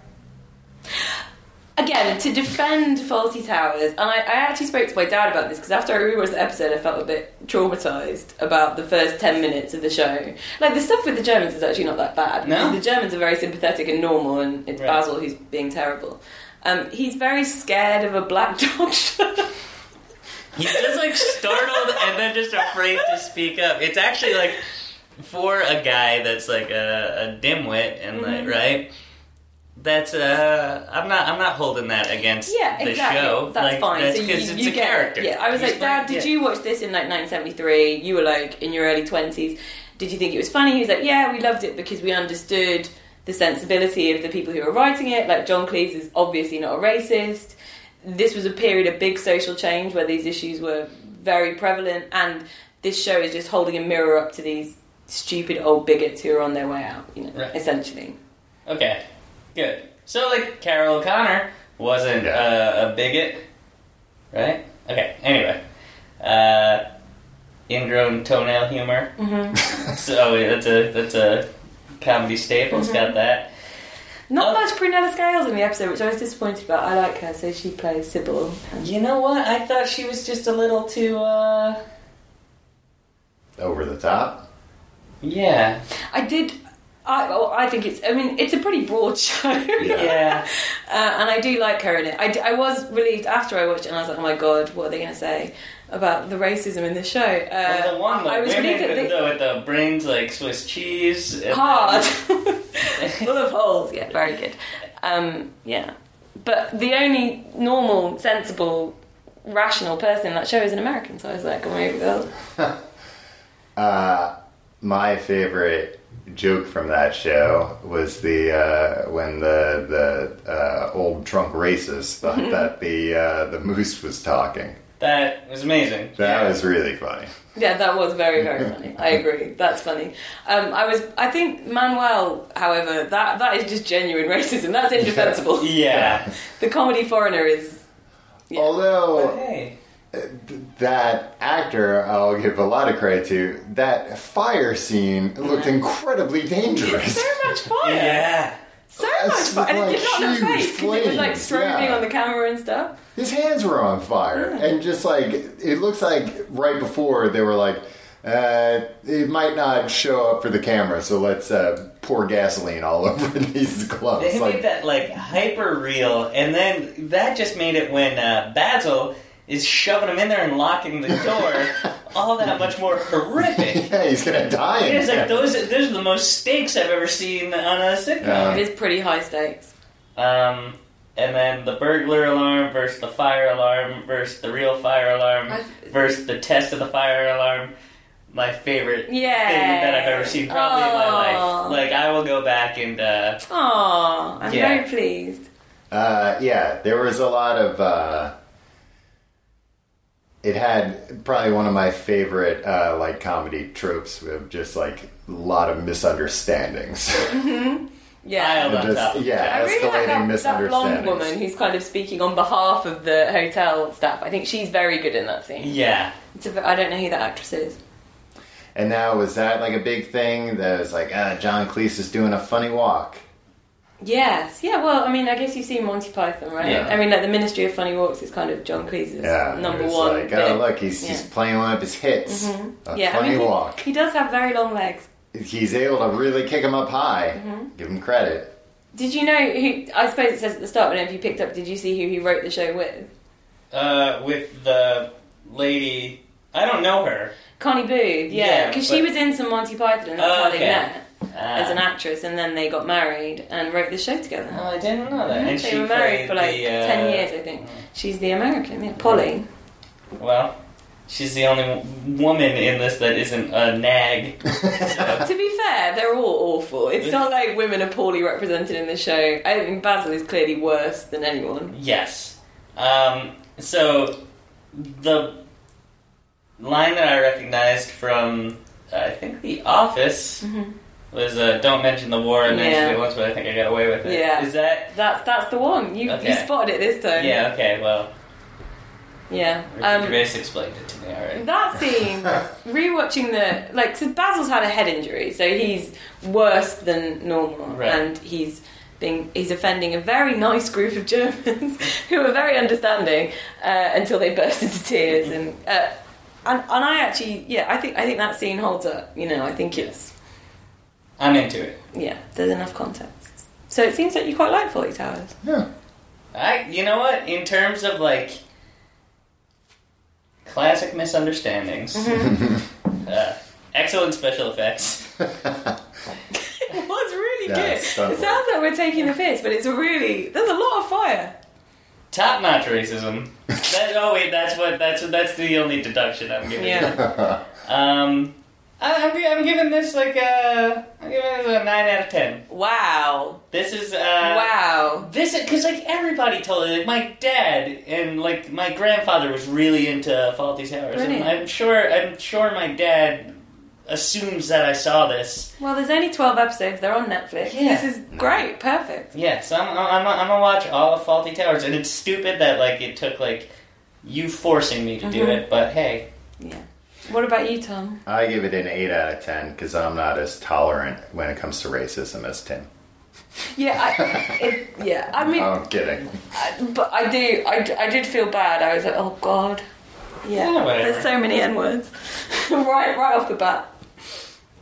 [SPEAKER 3] Again, to defend Faulty Towers, and I, I actually spoke to my dad about this because after I rewatched the episode, I felt a bit traumatized about the first 10 minutes of the show. Like, the stuff with the Germans is actually not that bad.
[SPEAKER 4] No?
[SPEAKER 3] because The Germans are very sympathetic and normal, and it's
[SPEAKER 4] Right.
[SPEAKER 3] Basil who's being terrible. Um, he's very scared of a black doctor.
[SPEAKER 4] He's just like startled and then just afraid to speak up. It's actually like for a guy that's like a, a dimwit and
[SPEAKER 3] Mm-hmm.
[SPEAKER 4] like right. That's uh, I'm not I'm not holding that against
[SPEAKER 3] yeah,
[SPEAKER 4] the
[SPEAKER 3] exactly.
[SPEAKER 4] show.
[SPEAKER 3] That's
[SPEAKER 4] like,
[SPEAKER 3] fine.
[SPEAKER 4] That's
[SPEAKER 3] so you,
[SPEAKER 4] 'cause it's
[SPEAKER 3] you
[SPEAKER 4] a
[SPEAKER 3] get it.
[SPEAKER 4] character.
[SPEAKER 3] Yeah, I was
[SPEAKER 4] He's
[SPEAKER 3] like, Dad,
[SPEAKER 4] playing-
[SPEAKER 3] did
[SPEAKER 4] yeah.
[SPEAKER 3] you watch this in like 1973? You were like in your early 20s. Did you think it was funny? He was like, Yeah, we loved it because we understood the sensibility of the people who were writing it. Like John Cleese is obviously not a racist. This was a period of big social change where these issues were very prevalent, and this show is just holding a mirror up to these stupid old bigots who are on their way out. You know,
[SPEAKER 4] Right.
[SPEAKER 3] essentially.
[SPEAKER 4] Okay, good. So, like, Carol O'Connor wasn't
[SPEAKER 2] Yeah.
[SPEAKER 4] uh, a bigot, right? Okay, anyway. Uh, ingrown toenail humor. Mm-hmm. so, that's a, that's a comedy staple. It's
[SPEAKER 3] Mm-hmm.
[SPEAKER 4] got that.
[SPEAKER 3] Not
[SPEAKER 4] Oh.
[SPEAKER 3] much Prunella Scales in the episode, which I was disappointed about. I like her, so she plays Sybil. And
[SPEAKER 4] You know what? I thought she was just a little too, uh,
[SPEAKER 2] Over the top.
[SPEAKER 4] yeah.
[SPEAKER 3] I did. I, well, I think it's. I mean, it's a pretty broad show,
[SPEAKER 4] Yeah.
[SPEAKER 3] uh, and I do like her in it. I, d- I was relieved after I watched it, and I was like, "Oh my god, what are they going to say about the racism in this show?" Uh,
[SPEAKER 4] the one with
[SPEAKER 3] I was
[SPEAKER 4] women
[SPEAKER 3] relieved that
[SPEAKER 4] with,
[SPEAKER 3] they
[SPEAKER 4] the, with the brains like Swiss cheese. and-
[SPEAKER 3] hard, full of holes. Yeah, very good. Um, yeah, but the only normal, sensible, rational person in that show is an American, so I was like, "Oh "I'm over that."
[SPEAKER 2] My favorite joke from that show was the uh, when the the uh, old drunk racist thought that the uh, the moose was talking.
[SPEAKER 4] That was amazing.
[SPEAKER 2] That
[SPEAKER 4] Yeah.
[SPEAKER 2] was really funny.
[SPEAKER 3] Yeah, that was very, very funny. I agree. That's funny. Um, I was, I think Manuel, however, that that is just genuine racism. That's indefensible.
[SPEAKER 4] Yeah.
[SPEAKER 3] The comedy foreigner is. Yeah.
[SPEAKER 2] Although
[SPEAKER 4] Hey.
[SPEAKER 2] that actor, I'll give a lot of credit to. That fire scene looked incredibly dangerous.
[SPEAKER 3] So much fire!
[SPEAKER 4] Yeah.
[SPEAKER 3] So much
[SPEAKER 2] That's
[SPEAKER 3] fire! And it did
[SPEAKER 2] like
[SPEAKER 3] not look
[SPEAKER 2] huge
[SPEAKER 3] fake because it was like
[SPEAKER 2] flames,
[SPEAKER 3] strobing
[SPEAKER 2] yeah.
[SPEAKER 3] on the camera and stuff.
[SPEAKER 2] His hands were on fire, and just like it looks like right before they were like, uh, it might not show up for the camera, so let's uh, pour gasoline all over these gloves.
[SPEAKER 4] They made
[SPEAKER 2] Like,
[SPEAKER 4] that like hyper real, and then that just made it when uh, Basil is shoving him in there and locking the door, all that much more horrific.
[SPEAKER 2] yeah, he's gonna die.
[SPEAKER 4] It
[SPEAKER 2] in
[SPEAKER 4] is like
[SPEAKER 2] there.
[SPEAKER 4] those. Those are the most stakes I've ever seen on a sitcom.
[SPEAKER 3] It is pretty high stakes.
[SPEAKER 4] Um, and then the burglar alarm versus the fire alarm versus the real fire alarm
[SPEAKER 3] I-
[SPEAKER 4] versus the test of the fire alarm. My favorite
[SPEAKER 3] Yeah.
[SPEAKER 4] thing that I've ever seen probably in my
[SPEAKER 3] Aw.
[SPEAKER 4] life. Like I will go back and uh,
[SPEAKER 3] Aww, I'm
[SPEAKER 4] Yeah.
[SPEAKER 3] very pleased.
[SPEAKER 2] Uh, yeah, there was a lot of. Uh, it had probably one of my favorite uh, like comedy tropes of just like a lot of misunderstandings.
[SPEAKER 3] Yeah.
[SPEAKER 4] pile on top.
[SPEAKER 2] just, yeah,
[SPEAKER 3] I really like
[SPEAKER 2] escalating
[SPEAKER 3] that, that blonde
[SPEAKER 2] misunderstandings.
[SPEAKER 3] woman who's kind of speaking on behalf of the hotel staff. I think she's very good in that scene.
[SPEAKER 4] Yeah.
[SPEAKER 3] It's a, I don't know who that actress is.
[SPEAKER 2] And now was that like a big thing that was like, ah, John Cleese is doing a funny walk.
[SPEAKER 3] Yes, yeah. Well, I mean, I guess you've seen Monty Python, right?
[SPEAKER 4] Yeah.
[SPEAKER 3] I mean, like the Ministry of Funny Walks is kind of John Cleese's
[SPEAKER 2] Yeah, it
[SPEAKER 3] number
[SPEAKER 2] was
[SPEAKER 3] one.
[SPEAKER 2] Like,
[SPEAKER 3] bit.
[SPEAKER 2] oh look, he's
[SPEAKER 3] yeah. Mm-hmm.
[SPEAKER 2] he's playing one of his hits. A
[SPEAKER 3] yeah,
[SPEAKER 2] funny
[SPEAKER 3] I mean, he-
[SPEAKER 2] walk.
[SPEAKER 3] He, does have very long legs.
[SPEAKER 2] He's able to really kick him up high.
[SPEAKER 3] Mm-hmm.
[SPEAKER 2] Give him credit.
[SPEAKER 3] Did you know who? I suppose it says at the start, but if you picked up, did you see who he wrote the show with?
[SPEAKER 4] Uh, with the lady. I don't know her.
[SPEAKER 3] Connie Booth, yeah,
[SPEAKER 4] Yeah,
[SPEAKER 3] because she
[SPEAKER 4] but-
[SPEAKER 3] was in some Monty Python, and that's
[SPEAKER 4] Oh,
[SPEAKER 3] how they
[SPEAKER 4] okay.
[SPEAKER 3] met as
[SPEAKER 4] Ah.
[SPEAKER 3] an actress, and then they got married and wrote the show together.
[SPEAKER 4] Oh, I didn't know that. And
[SPEAKER 3] they
[SPEAKER 4] she
[SPEAKER 3] were married
[SPEAKER 4] played
[SPEAKER 3] for like
[SPEAKER 4] the, uh,
[SPEAKER 3] ten years, I think. She's the American, yeah, Polly.
[SPEAKER 4] Well, she's the only w- woman in this that isn't a nag.
[SPEAKER 3] to be fair, they're all awful. It's not like women are poorly represented in the show. I mean, Basil is clearly worse than anyone.
[SPEAKER 4] yes. Um, so the line that I recognized from uh, I think The Office was uh, "Don't mention the war." I mentioned
[SPEAKER 3] Mm-hmm. Yeah.
[SPEAKER 4] it once, but I think I got away with it.
[SPEAKER 3] Yeah.
[SPEAKER 4] Is that?
[SPEAKER 3] That's that's the one. You you
[SPEAKER 4] Okay.
[SPEAKER 3] spotted it this time.
[SPEAKER 4] Yeah. Okay. Well,
[SPEAKER 3] yeah.
[SPEAKER 4] Ricky
[SPEAKER 3] Um,
[SPEAKER 4] Gervais explained it to me already.
[SPEAKER 3] that scene, rewatching the like, so Basil's had a head injury, so he's worse than normal,
[SPEAKER 4] Right.
[SPEAKER 3] and he's being he's offending a very nice group of Germans who are very understanding uh, until they burst into tears, and uh, and and I actually yeah, I think I think that scene holds up. You know, I think it's.
[SPEAKER 4] I'm into it.
[SPEAKER 3] yeah, there's enough context. So it seems that you quite like Forty Towers.
[SPEAKER 2] Yeah.
[SPEAKER 4] I, you know what? In terms of like classic misunderstandings,
[SPEAKER 3] Mm-hmm.
[SPEAKER 4] uh, excellent special effects.
[SPEAKER 3] it was really
[SPEAKER 2] Yeah,
[SPEAKER 3] good. It
[SPEAKER 2] it's stunning.
[SPEAKER 3] sounds like we're taking the piss, but it's really there's a lot of fire.
[SPEAKER 4] Top notch racism. That, oh wait, that's what that's that's the only deduction I'm giving.
[SPEAKER 3] Yeah,
[SPEAKER 4] Um, I, I'm, gi- I'm giving this like a I'm giving this a nine out of ten.
[SPEAKER 3] wow,
[SPEAKER 4] This is uh,
[SPEAKER 3] wow.
[SPEAKER 4] This because like everybody told it. Like my dad and like my grandfather was really into Faulty Towers,
[SPEAKER 3] Brilliant.
[SPEAKER 4] and I'm sure I'm sure my dad assumes that I saw this.
[SPEAKER 3] Well, there's only twelve episodes. They're on Netflix.
[SPEAKER 4] Yeah.
[SPEAKER 3] This is great, perfect.
[SPEAKER 4] Yeah, so I'm I'm I'm gonna watch all of Faulty Towers, and it's stupid that like it took like you forcing me to do
[SPEAKER 3] Mm-hmm.
[SPEAKER 4] it, but hey,
[SPEAKER 3] Yeah. What about you, Tom?
[SPEAKER 2] I give it an 8 out of 10 because I'm not as tolerant when it comes to racism as Tim.
[SPEAKER 3] Yeah, I, it, yeah. I mean,
[SPEAKER 2] Oh,
[SPEAKER 5] Uh,
[SPEAKER 2] I'm kidding.
[SPEAKER 3] but I do. I, d- I did feel bad. I was like, oh god. Yeah.
[SPEAKER 4] Yeah, whatever.
[SPEAKER 3] there's so many n words. right, right off the bat.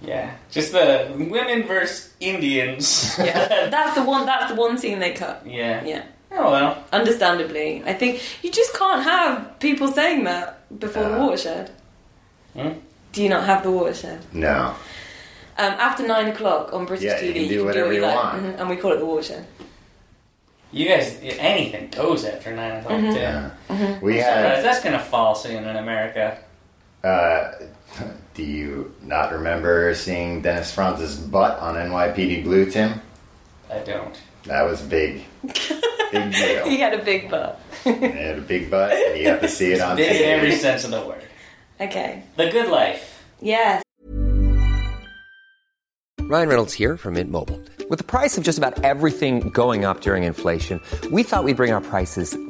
[SPEAKER 4] yeah, just the women versus Indians.
[SPEAKER 3] Yeah, that's the one. That's the one scene they cut.
[SPEAKER 4] yeah,
[SPEAKER 3] Yeah,
[SPEAKER 4] Oh well,
[SPEAKER 3] understandably, I think you just can't have people saying that before the
[SPEAKER 2] Uh.
[SPEAKER 3] watershed.
[SPEAKER 4] Hmm?
[SPEAKER 3] Do you not have the watershed?
[SPEAKER 2] No.
[SPEAKER 3] Um, after nine o'clock on British
[SPEAKER 2] Yeah,
[SPEAKER 3] TV,
[SPEAKER 2] you can do whatever
[SPEAKER 3] what
[SPEAKER 2] you
[SPEAKER 3] like,
[SPEAKER 2] want.
[SPEAKER 3] mhm, and we call it the watershed.
[SPEAKER 4] you guys anything goes after nine o'clock too.
[SPEAKER 2] Yeah. We
[SPEAKER 4] Surprised
[SPEAKER 2] had.
[SPEAKER 4] that's gonna fall soon in America.
[SPEAKER 2] Uh, do you not remember seeing Dennis Franz's butt on NYPD Blue, Tim?
[SPEAKER 4] I don't.
[SPEAKER 2] That was big. Big deal.
[SPEAKER 3] He had a big butt.
[SPEAKER 2] It had a big butt, and you got to see it on
[SPEAKER 4] Big in every
[SPEAKER 2] TV.
[SPEAKER 4] sense of the word.
[SPEAKER 3] Okay.
[SPEAKER 4] The good life.
[SPEAKER 3] Yes.
[SPEAKER 6] Ryan Reynolds here from Mint Mobile. With the price of just about everything going up during inflation, we thought we'd bring our prices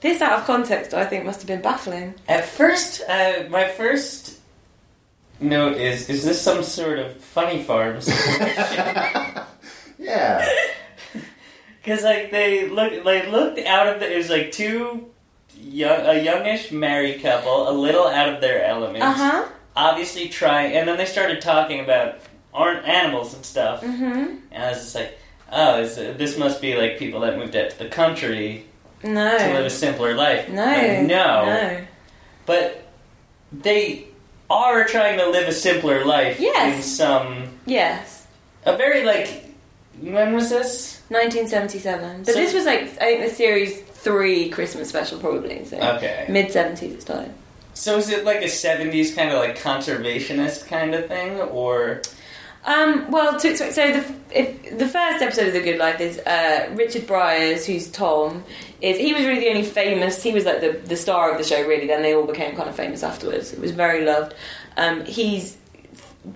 [SPEAKER 3] This out of context, I think, must have been baffling.
[SPEAKER 4] At first, uh, my first note is: Is this some sort of funny farm?
[SPEAKER 2] Yeah.
[SPEAKER 4] Because like they look, they looked out of the. It was like two young, a youngish married couple, a little out of their element.
[SPEAKER 3] Uh huh.
[SPEAKER 4] obviously try. And then they started talking about aren't animals and stuff. Mm-hmm. And I was just like, oh, is, this must be like people that moved out to the country
[SPEAKER 3] No.
[SPEAKER 4] to live a simpler life.
[SPEAKER 3] no.
[SPEAKER 4] Like, no,
[SPEAKER 3] No.
[SPEAKER 4] But they are trying to live a simpler life
[SPEAKER 3] Yes.
[SPEAKER 4] in some
[SPEAKER 3] Yes.
[SPEAKER 4] a very like when was this?
[SPEAKER 3] 1977. But
[SPEAKER 4] So-
[SPEAKER 3] this was like, I think the series three Christmas special probably. So
[SPEAKER 4] Okay.
[SPEAKER 3] Mid 70s time.
[SPEAKER 4] So is it like a seventies kind of like conservationist kind of thing, or
[SPEAKER 3] Um, well, to, so so the, if, the first episode of The Good Life is uh, Richard Bryars, who's Tom. Is he was really the only famous. He was like the, the star of the show, really. Then they all became kind of famous afterwards. It was very loved. Um, he's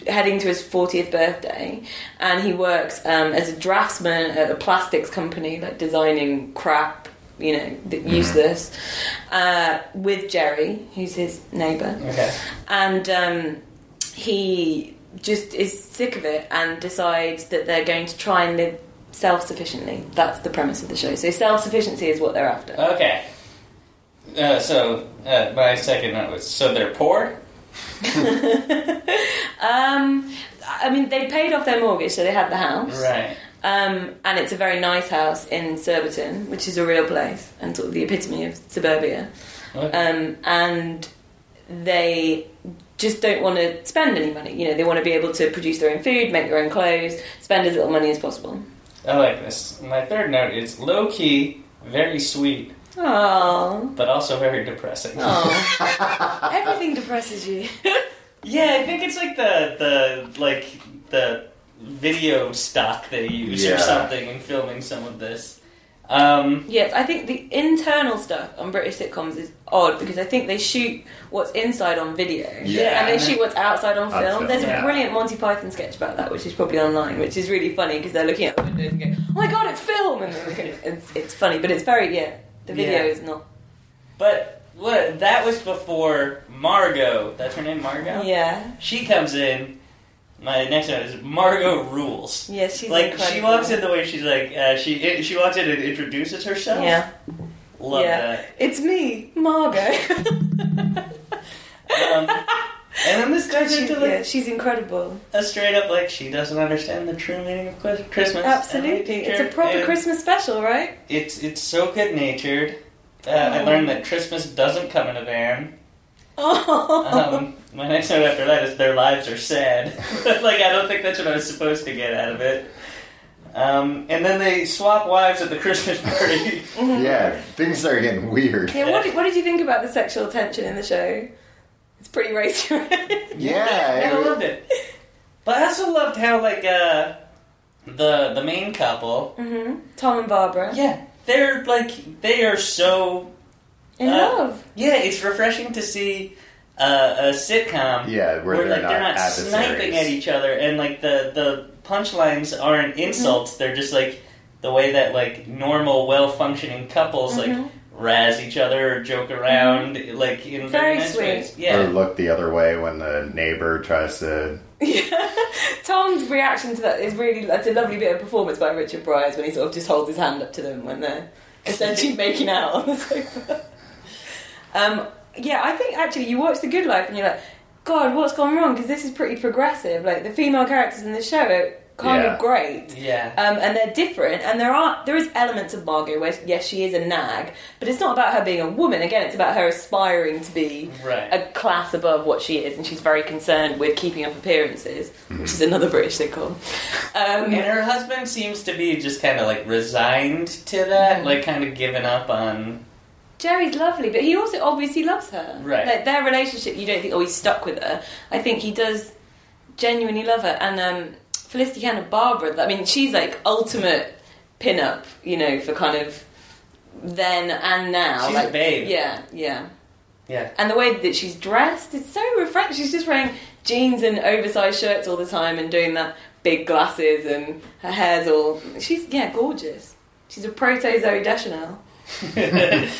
[SPEAKER 3] heading to his 40th birthday and he works um, as a draftsman at a plastics company like designing crap you know that useless uh, with jerry who's his neighbor
[SPEAKER 4] Okay.
[SPEAKER 3] and um, he just is sick of it and decides that they're going to try and live self-sufficiently that's the premise of the show so self-sufficiency is what they're after
[SPEAKER 4] okay? Uh, so uh, my second note was so they're poor.
[SPEAKER 3] um, i mean they paid off their mortgage so they had the house
[SPEAKER 4] Right.
[SPEAKER 3] Um, and it's a very nice house in Surbiton, which is a real place and sort of the epitome of suburbia. Um, and they just don't want to spend any money. You know, they want to be able to produce their own food, make their own clothes, spend as little money as possible.
[SPEAKER 4] I like this. My third note is low key, very sweet,
[SPEAKER 3] Oh,
[SPEAKER 4] but also very depressing.
[SPEAKER 3] everything depresses you.
[SPEAKER 4] Yeah, I think it's like the the like the video stock they use
[SPEAKER 2] Yeah.
[SPEAKER 4] or something in filming some of this. Um,
[SPEAKER 3] Yes, I think the internal stuff on British sitcoms is odd because I think they shoot what's inside on video
[SPEAKER 2] Yeah.
[SPEAKER 3] and they shoot what's outside on
[SPEAKER 2] On
[SPEAKER 3] film.
[SPEAKER 2] film,
[SPEAKER 3] There's
[SPEAKER 2] yeah.
[SPEAKER 3] a brilliant Monty Python sketch about that, which is probably online, which is really funny because they're looking at the windows and going, "Oh my god, it's film!" and they look at it. It's, it's funny, but it's very yeah. The video
[SPEAKER 4] Yeah.
[SPEAKER 3] is not.
[SPEAKER 4] but what that was before Margot. That's her name, Margot.
[SPEAKER 3] Yeah,
[SPEAKER 4] She comes in. My next note is Margot rules.
[SPEAKER 3] yeah, she's
[SPEAKER 4] like she
[SPEAKER 3] incredible.
[SPEAKER 4] walks in the way she's like uh, she she walks in and introduces herself.
[SPEAKER 3] Yeah,
[SPEAKER 4] love
[SPEAKER 3] yeah. It's me, Margot.
[SPEAKER 4] that. Um, and then this turns into like
[SPEAKER 3] yeah, she's incredible.
[SPEAKER 4] a straight up like she doesn't understand the true meaning of Chris- Christmas.
[SPEAKER 3] Absolutely,
[SPEAKER 4] And I
[SPEAKER 3] it's
[SPEAKER 4] don't
[SPEAKER 3] a proper
[SPEAKER 4] care. And
[SPEAKER 3] Christmas special, right?
[SPEAKER 4] It's it's so good natured. Uh, I learned that Christmas doesn't come in a van.
[SPEAKER 3] Oh.
[SPEAKER 4] Um, my next note after that is their lives are sad. like I don't think that's what I was supposed to get out of it. Um, and then they swap wives at the Christmas party.
[SPEAKER 2] Yeah, things are getting weird.
[SPEAKER 3] Yeah, what did, what did you think about the sexual tension in the show? It's pretty racist.
[SPEAKER 2] Yeah,
[SPEAKER 4] I
[SPEAKER 2] it-
[SPEAKER 4] loved it. But I also loved how like uh, the the main couple.
[SPEAKER 3] Tom and Barbara.
[SPEAKER 4] Yeah, they're like they are so
[SPEAKER 3] In
[SPEAKER 4] Uh,
[SPEAKER 3] love.
[SPEAKER 4] Yeah, it's refreshing to see uh, a sitcome.
[SPEAKER 2] Yeah, where they're
[SPEAKER 4] like they're
[SPEAKER 2] not
[SPEAKER 4] not
[SPEAKER 2] adversaries.
[SPEAKER 4] sniping at each other, and like the the punchlines
[SPEAKER 3] Mm-hmm.
[SPEAKER 4] aren't insults. They're just like the way that like normal, well functioning couples
[SPEAKER 3] Mm-hmm.
[SPEAKER 4] like razz each other or joke around, like in
[SPEAKER 3] Very
[SPEAKER 4] nice
[SPEAKER 3] sweet.
[SPEAKER 4] ways.
[SPEAKER 2] Or
[SPEAKER 4] Yeah,
[SPEAKER 2] look the other way when the neighbor tries to.
[SPEAKER 3] Tom's reaction to that is really, that's a lovely bit of performance by Richard Bryars when he sort of just holds his hand up to them when they're essentially making out on the sofa. Um, yeah, I think actually you watch The Good Life and you're like, God, what's gone wrong? Because this is pretty progressive. Like, the female characters in the show are kind
[SPEAKER 2] Yeah.
[SPEAKER 3] of great.
[SPEAKER 4] yeah.
[SPEAKER 3] um, and they're different. And there are there is elements of Margot where yes, she is a nag, but it's not about her being a woman. Again, it's about her aspiring to be
[SPEAKER 4] Right.
[SPEAKER 3] a class above what she is, and she's very concerned with keeping up appearances, which is another British sitcom. Um,
[SPEAKER 4] and her husband seems to be just kind of like resigned to that,
[SPEAKER 3] Mm-hmm.
[SPEAKER 4] like kind of given up on.
[SPEAKER 3] Jerry's lovely, but he also obviously loves her.
[SPEAKER 4] Right.
[SPEAKER 3] Like their relationship, you don't think oh he's stuck with her. I think he does genuinely love her. And um, Felicity Cannon Barbara, I mean, she's like ultimate pin-up, you know, for kind of then and now.
[SPEAKER 4] She's a
[SPEAKER 3] like,
[SPEAKER 4] babe.
[SPEAKER 3] Yeah, yeah.
[SPEAKER 4] Yeah,
[SPEAKER 3] And the way that she's dressed is so refreshing. She's just wearing jeans and oversized shirts all the time and doing that big glasses and her hair's all. She's yeah, gorgeous. She's a proto Zoe Deschanel.
[SPEAKER 4] It-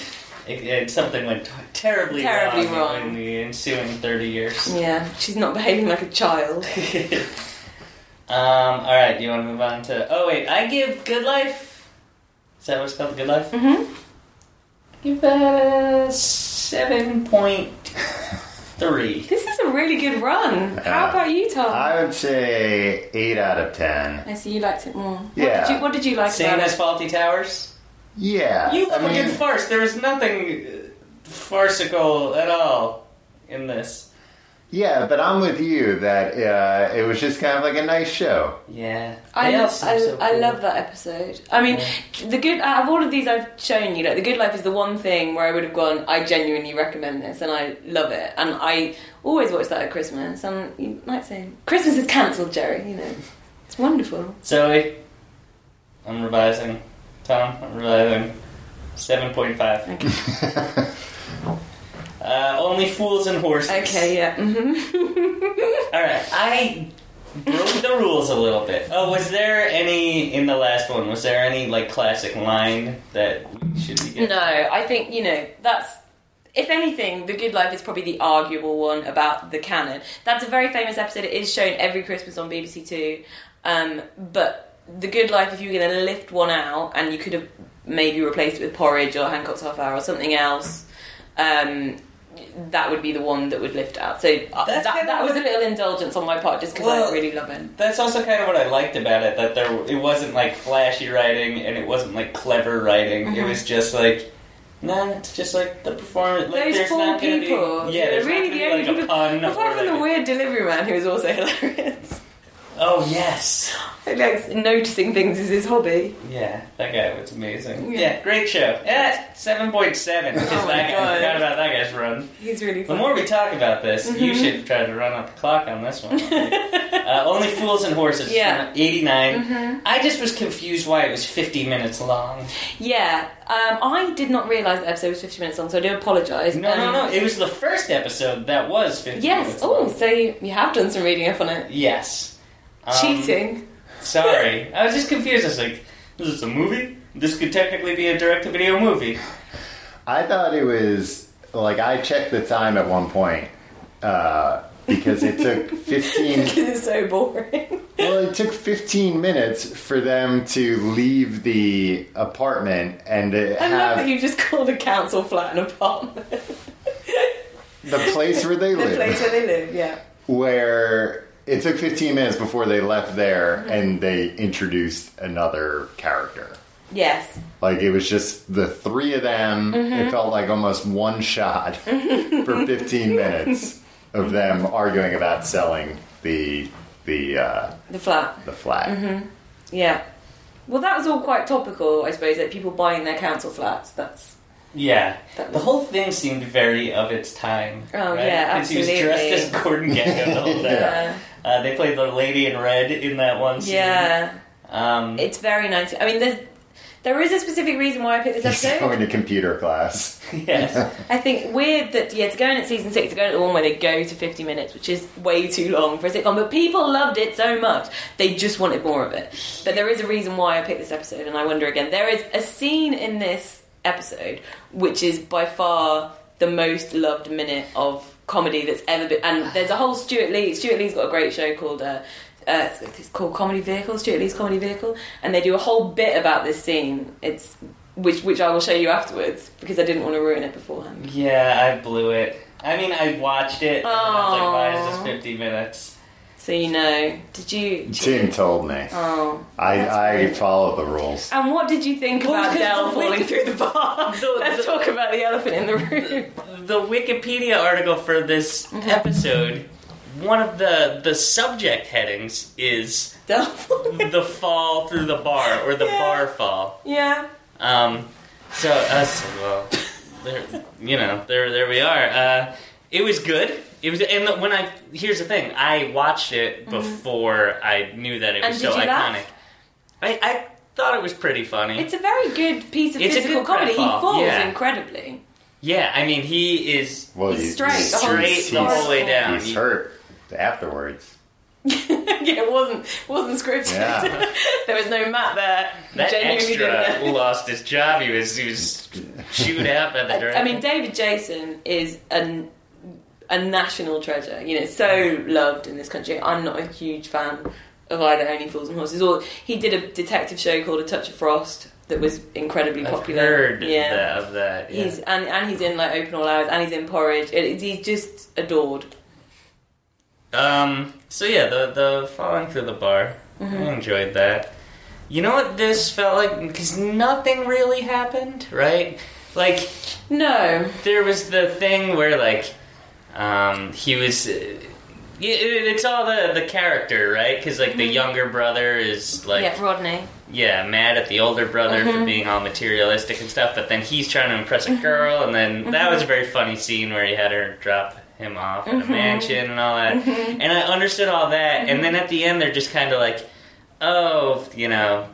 [SPEAKER 4] it- something went terribly,
[SPEAKER 3] Terribly
[SPEAKER 4] wrong
[SPEAKER 3] wrong.
[SPEAKER 4] in the ensuing thirty years.
[SPEAKER 3] Yeah, she's not behaving like a child.
[SPEAKER 4] Um, all right, do you want to move on to? Oh wait, I give Good Life. Is that what it's called? Good Life. Mm-hmm. Give that a seven point three.
[SPEAKER 3] This is a really good run. How about you, Tom? I,
[SPEAKER 2] I would say eight out of ten.
[SPEAKER 3] see you liked it more.
[SPEAKER 2] Yeah.
[SPEAKER 3] What did you, what did you like
[SPEAKER 4] Same
[SPEAKER 3] about
[SPEAKER 4] as
[SPEAKER 3] it?
[SPEAKER 4] Faulty Towers.
[SPEAKER 2] Yeah,
[SPEAKER 4] You
[SPEAKER 2] I
[SPEAKER 4] love a good
[SPEAKER 2] mean,
[SPEAKER 4] farce. There is nothing uh, farcical at all in this.
[SPEAKER 2] yeah, but I'm with you that uh, it was just kind of like a nice show.
[SPEAKER 4] Yeah.
[SPEAKER 3] I,
[SPEAKER 4] They all
[SPEAKER 3] I,
[SPEAKER 4] seem so
[SPEAKER 3] I
[SPEAKER 4] cool.
[SPEAKER 3] love that episode. I mean, the good out of all of these I've shown you, like the Good Life is the one thing where I would have gone. I genuinely recommend this, and I love it, and I always watch that at Christmas. And you might say Christmas is cancelled, Jerry. You know, it's wonderful.
[SPEAKER 4] Zoe, I'm revising. Tom, I'm revising. 7.5. uh, only fools and horses.
[SPEAKER 3] Okay, yeah. Mm-hmm.
[SPEAKER 4] Alright, I broke the rules a little bit. Oh, was there any, in the last one, was there any, like, classic line that we should be getting?
[SPEAKER 3] No, I think, you know, that's. If anything, The Good Life is probably the arguable one about the canon. That's a very famous episode. It is shown every Christmas on BBC Two. Um, but The Good Life, if you were going to lift one out and you could have maybe replaced it with Porridge or Hancock's Half Hour or something else, um, that would be the one that would lift out. So uh, that,
[SPEAKER 4] That's
[SPEAKER 3] that,
[SPEAKER 4] kind of
[SPEAKER 3] was a
[SPEAKER 4] what-
[SPEAKER 3] little indulgence on my part just because
[SPEAKER 4] Well-
[SPEAKER 3] I really love it.
[SPEAKER 4] That's also kind of what I liked about it, that there it wasn't, like, flashy writing, and it wasn't, like, clever writing.
[SPEAKER 3] Mm-hmm.
[SPEAKER 4] It was just, like... No, it's just like the performance. Like,
[SPEAKER 3] Those
[SPEAKER 4] there's
[SPEAKER 3] four
[SPEAKER 4] not gonna be-
[SPEAKER 3] people.
[SPEAKER 4] yeah,
[SPEAKER 3] they're
[SPEAKER 4] there's not
[SPEAKER 3] really the
[SPEAKER 4] gonna be,
[SPEAKER 3] only
[SPEAKER 4] like, a
[SPEAKER 3] people.
[SPEAKER 4] pun
[SPEAKER 3] apart
[SPEAKER 4] or,
[SPEAKER 3] from the
[SPEAKER 4] like,
[SPEAKER 3] weird delivery man who is also hilarious.
[SPEAKER 4] Oh yes.
[SPEAKER 3] He likes noticing things is his hobby.
[SPEAKER 4] Yeah, that guy was amazing.
[SPEAKER 3] Yeah.
[SPEAKER 4] Yeah, great show. Yeah, seven point seven. Because
[SPEAKER 3] Oh my
[SPEAKER 4] that guy,
[SPEAKER 3] God.
[SPEAKER 4] I forgot about that guy's run.
[SPEAKER 3] He's really
[SPEAKER 4] The
[SPEAKER 3] fun.
[SPEAKER 4] more we talk about this,
[SPEAKER 3] Mm-hmm.
[SPEAKER 4] you should try to run up the clock on this one. uh, Only fools and horses.
[SPEAKER 3] Yeah. Mm-hmm.
[SPEAKER 4] eighty I just was confused why it was fifty minutes long.
[SPEAKER 3] yeah, um, I did not realise the episode was 50 minutes long, so I do apologise.
[SPEAKER 4] No, no,
[SPEAKER 3] Um,
[SPEAKER 4] no. It was the first episode that was fifty.
[SPEAKER 3] Yes,
[SPEAKER 4] minutes
[SPEAKER 3] oh,
[SPEAKER 4] long.
[SPEAKER 3] so you you have done some reading up on it.
[SPEAKER 4] yes. Um,
[SPEAKER 3] Cheating.
[SPEAKER 4] Sorry, I was just confused. I was like, "Is this a movie? This could technically be a direct-to-video movie."
[SPEAKER 2] I thought it was like I checked the time at one point uh, because it took 15
[SPEAKER 3] Because it's so boring.
[SPEAKER 2] Well, it took 15 minutes for them to leave the apartment and to
[SPEAKER 3] I love
[SPEAKER 4] Uh,
[SPEAKER 3] that
[SPEAKER 2] have
[SPEAKER 3] you just called a council flat an apartment.
[SPEAKER 2] the place where they
[SPEAKER 3] the
[SPEAKER 2] live.
[SPEAKER 3] place where they live, yeah.
[SPEAKER 2] Where it took 15 minutes before they left there and they introduced another character.
[SPEAKER 3] Yes.
[SPEAKER 2] Like it was just the three of them. It felt like almost one shot for 15 minutes of them arguing about selling the the uh,
[SPEAKER 3] The flat.
[SPEAKER 2] the flat.
[SPEAKER 3] Yeah. Well, that was all quite topical, I suppose, like people buying their council flats. That's.
[SPEAKER 4] Yeah,
[SPEAKER 3] That
[SPEAKER 4] the
[SPEAKER 3] was-
[SPEAKER 4] whole thing seemed very of its time.
[SPEAKER 3] Oh,
[SPEAKER 4] right?
[SPEAKER 3] yeah,
[SPEAKER 4] 'Cause He was
[SPEAKER 3] absolutely.
[SPEAKER 4] dressed as Gordon Gekko the whole time.
[SPEAKER 3] Yeah.
[SPEAKER 4] Uh, they played the lady in red in that one scene.
[SPEAKER 3] Yeah.
[SPEAKER 4] Um,
[SPEAKER 3] It's very 90. I mean, there's, there is a specific reason why I picked this
[SPEAKER 2] He's
[SPEAKER 3] episode.
[SPEAKER 2] going to computer class.
[SPEAKER 4] yes.
[SPEAKER 3] I think weird that yeah, to go in at season six, to go in at the one where they go to fifty minutes, which is way too long for a sitcom, but people loved it so much they just wanted more of it. But there is a reason why I picked this episode, and I wonder again. There is a scene in this episode which is by far the most loved minute of comedy that's ever been. And there's a whole Stuart Lee. Stuart Lee's got a great show called. Uh, uh, it's it's called Comedy Vehicle, Stuart Lee's Comedy Vehicle, and they do a whole bit about this scene. It's which which I will show you afterwards because I didn't want to ruin it beforehand.
[SPEAKER 4] Yeah, I blew it. I mean, I watched it. And I was like, why is this fifty minutes?
[SPEAKER 3] So you know, did you?
[SPEAKER 2] Tim told me.
[SPEAKER 3] Oh.
[SPEAKER 2] I, I follow the rules.
[SPEAKER 3] And what did you think
[SPEAKER 4] Well,
[SPEAKER 3] about
[SPEAKER 4] because
[SPEAKER 3] Dell
[SPEAKER 4] the
[SPEAKER 3] falling
[SPEAKER 4] wicked-
[SPEAKER 3] through the bar?
[SPEAKER 4] The-
[SPEAKER 3] Let's
[SPEAKER 4] the-
[SPEAKER 3] talk about the elephant in the room.
[SPEAKER 4] The Wikipedia article for this
[SPEAKER 3] Mm-hmm.
[SPEAKER 4] episode, one of the the subject headings is
[SPEAKER 3] Dell falling.
[SPEAKER 4] the fall through the bar or the
[SPEAKER 3] Yeah.
[SPEAKER 4] bar fall.
[SPEAKER 3] Yeah.
[SPEAKER 4] Um, so us, well, there, you know, there, there we are. Uh, it was good. It was, and the, when I here's the thing, I watched it before I knew that it
[SPEAKER 3] Mm-hmm. And
[SPEAKER 4] was
[SPEAKER 3] did
[SPEAKER 4] so
[SPEAKER 3] you
[SPEAKER 4] iconic.
[SPEAKER 3] laugh?
[SPEAKER 4] I, I thought it was pretty funny.
[SPEAKER 3] It's a very good piece of
[SPEAKER 4] It's a
[SPEAKER 3] physical
[SPEAKER 4] good
[SPEAKER 3] comedy. He
[SPEAKER 4] profile,
[SPEAKER 3] falls
[SPEAKER 4] yeah.
[SPEAKER 3] incredibly.
[SPEAKER 4] yeah, I mean, he is
[SPEAKER 2] Well,
[SPEAKER 3] He's
[SPEAKER 2] you-
[SPEAKER 3] straight the whole-
[SPEAKER 4] straight the whole way down.
[SPEAKER 2] He's
[SPEAKER 4] You-
[SPEAKER 2] hurt afterwards.
[SPEAKER 3] yeah, it wasn't wasn't scripted.
[SPEAKER 2] Yeah.
[SPEAKER 3] there was no mat there.
[SPEAKER 4] that
[SPEAKER 3] Genuinely didn't.
[SPEAKER 4] extra lost his job. He was he was chewed out by the director.
[SPEAKER 3] I mean, David Jason is an a national treasure. You know, so loved in this country. I'm not a huge fan of either Only Fools and Horses. Or he did a detective show called A Touch of Frost that was incredibly
[SPEAKER 4] I've
[SPEAKER 3] popular.
[SPEAKER 4] heard that, of that. yeah.
[SPEAKER 3] he's and and he's in like Open All Hours and he's in Porridge. It, it- he's just adored.
[SPEAKER 4] Um, so yeah, the the falling through the bar,
[SPEAKER 3] Mm-hmm.
[SPEAKER 4] I enjoyed that. You know what this felt like? Because nothing really happened, right? Like
[SPEAKER 3] No.
[SPEAKER 4] there was the thing where like um, he was. Uh, it, it- it's all the the character, right? Because like the younger brother is like
[SPEAKER 3] Mm-hmm. yeah, Rodney.
[SPEAKER 4] yeah, mad at the older brother
[SPEAKER 3] Uh-huh.
[SPEAKER 4] for being all materialistic and stuff, but then he's trying to impress a girl, and then that
[SPEAKER 3] Uh-huh.
[SPEAKER 4] was a very funny scene where he had her drop him off at a mansion and all
[SPEAKER 3] Uh-huh.
[SPEAKER 4] that. And I understood all that, and then at the end, they're just kind of like, oh, you know,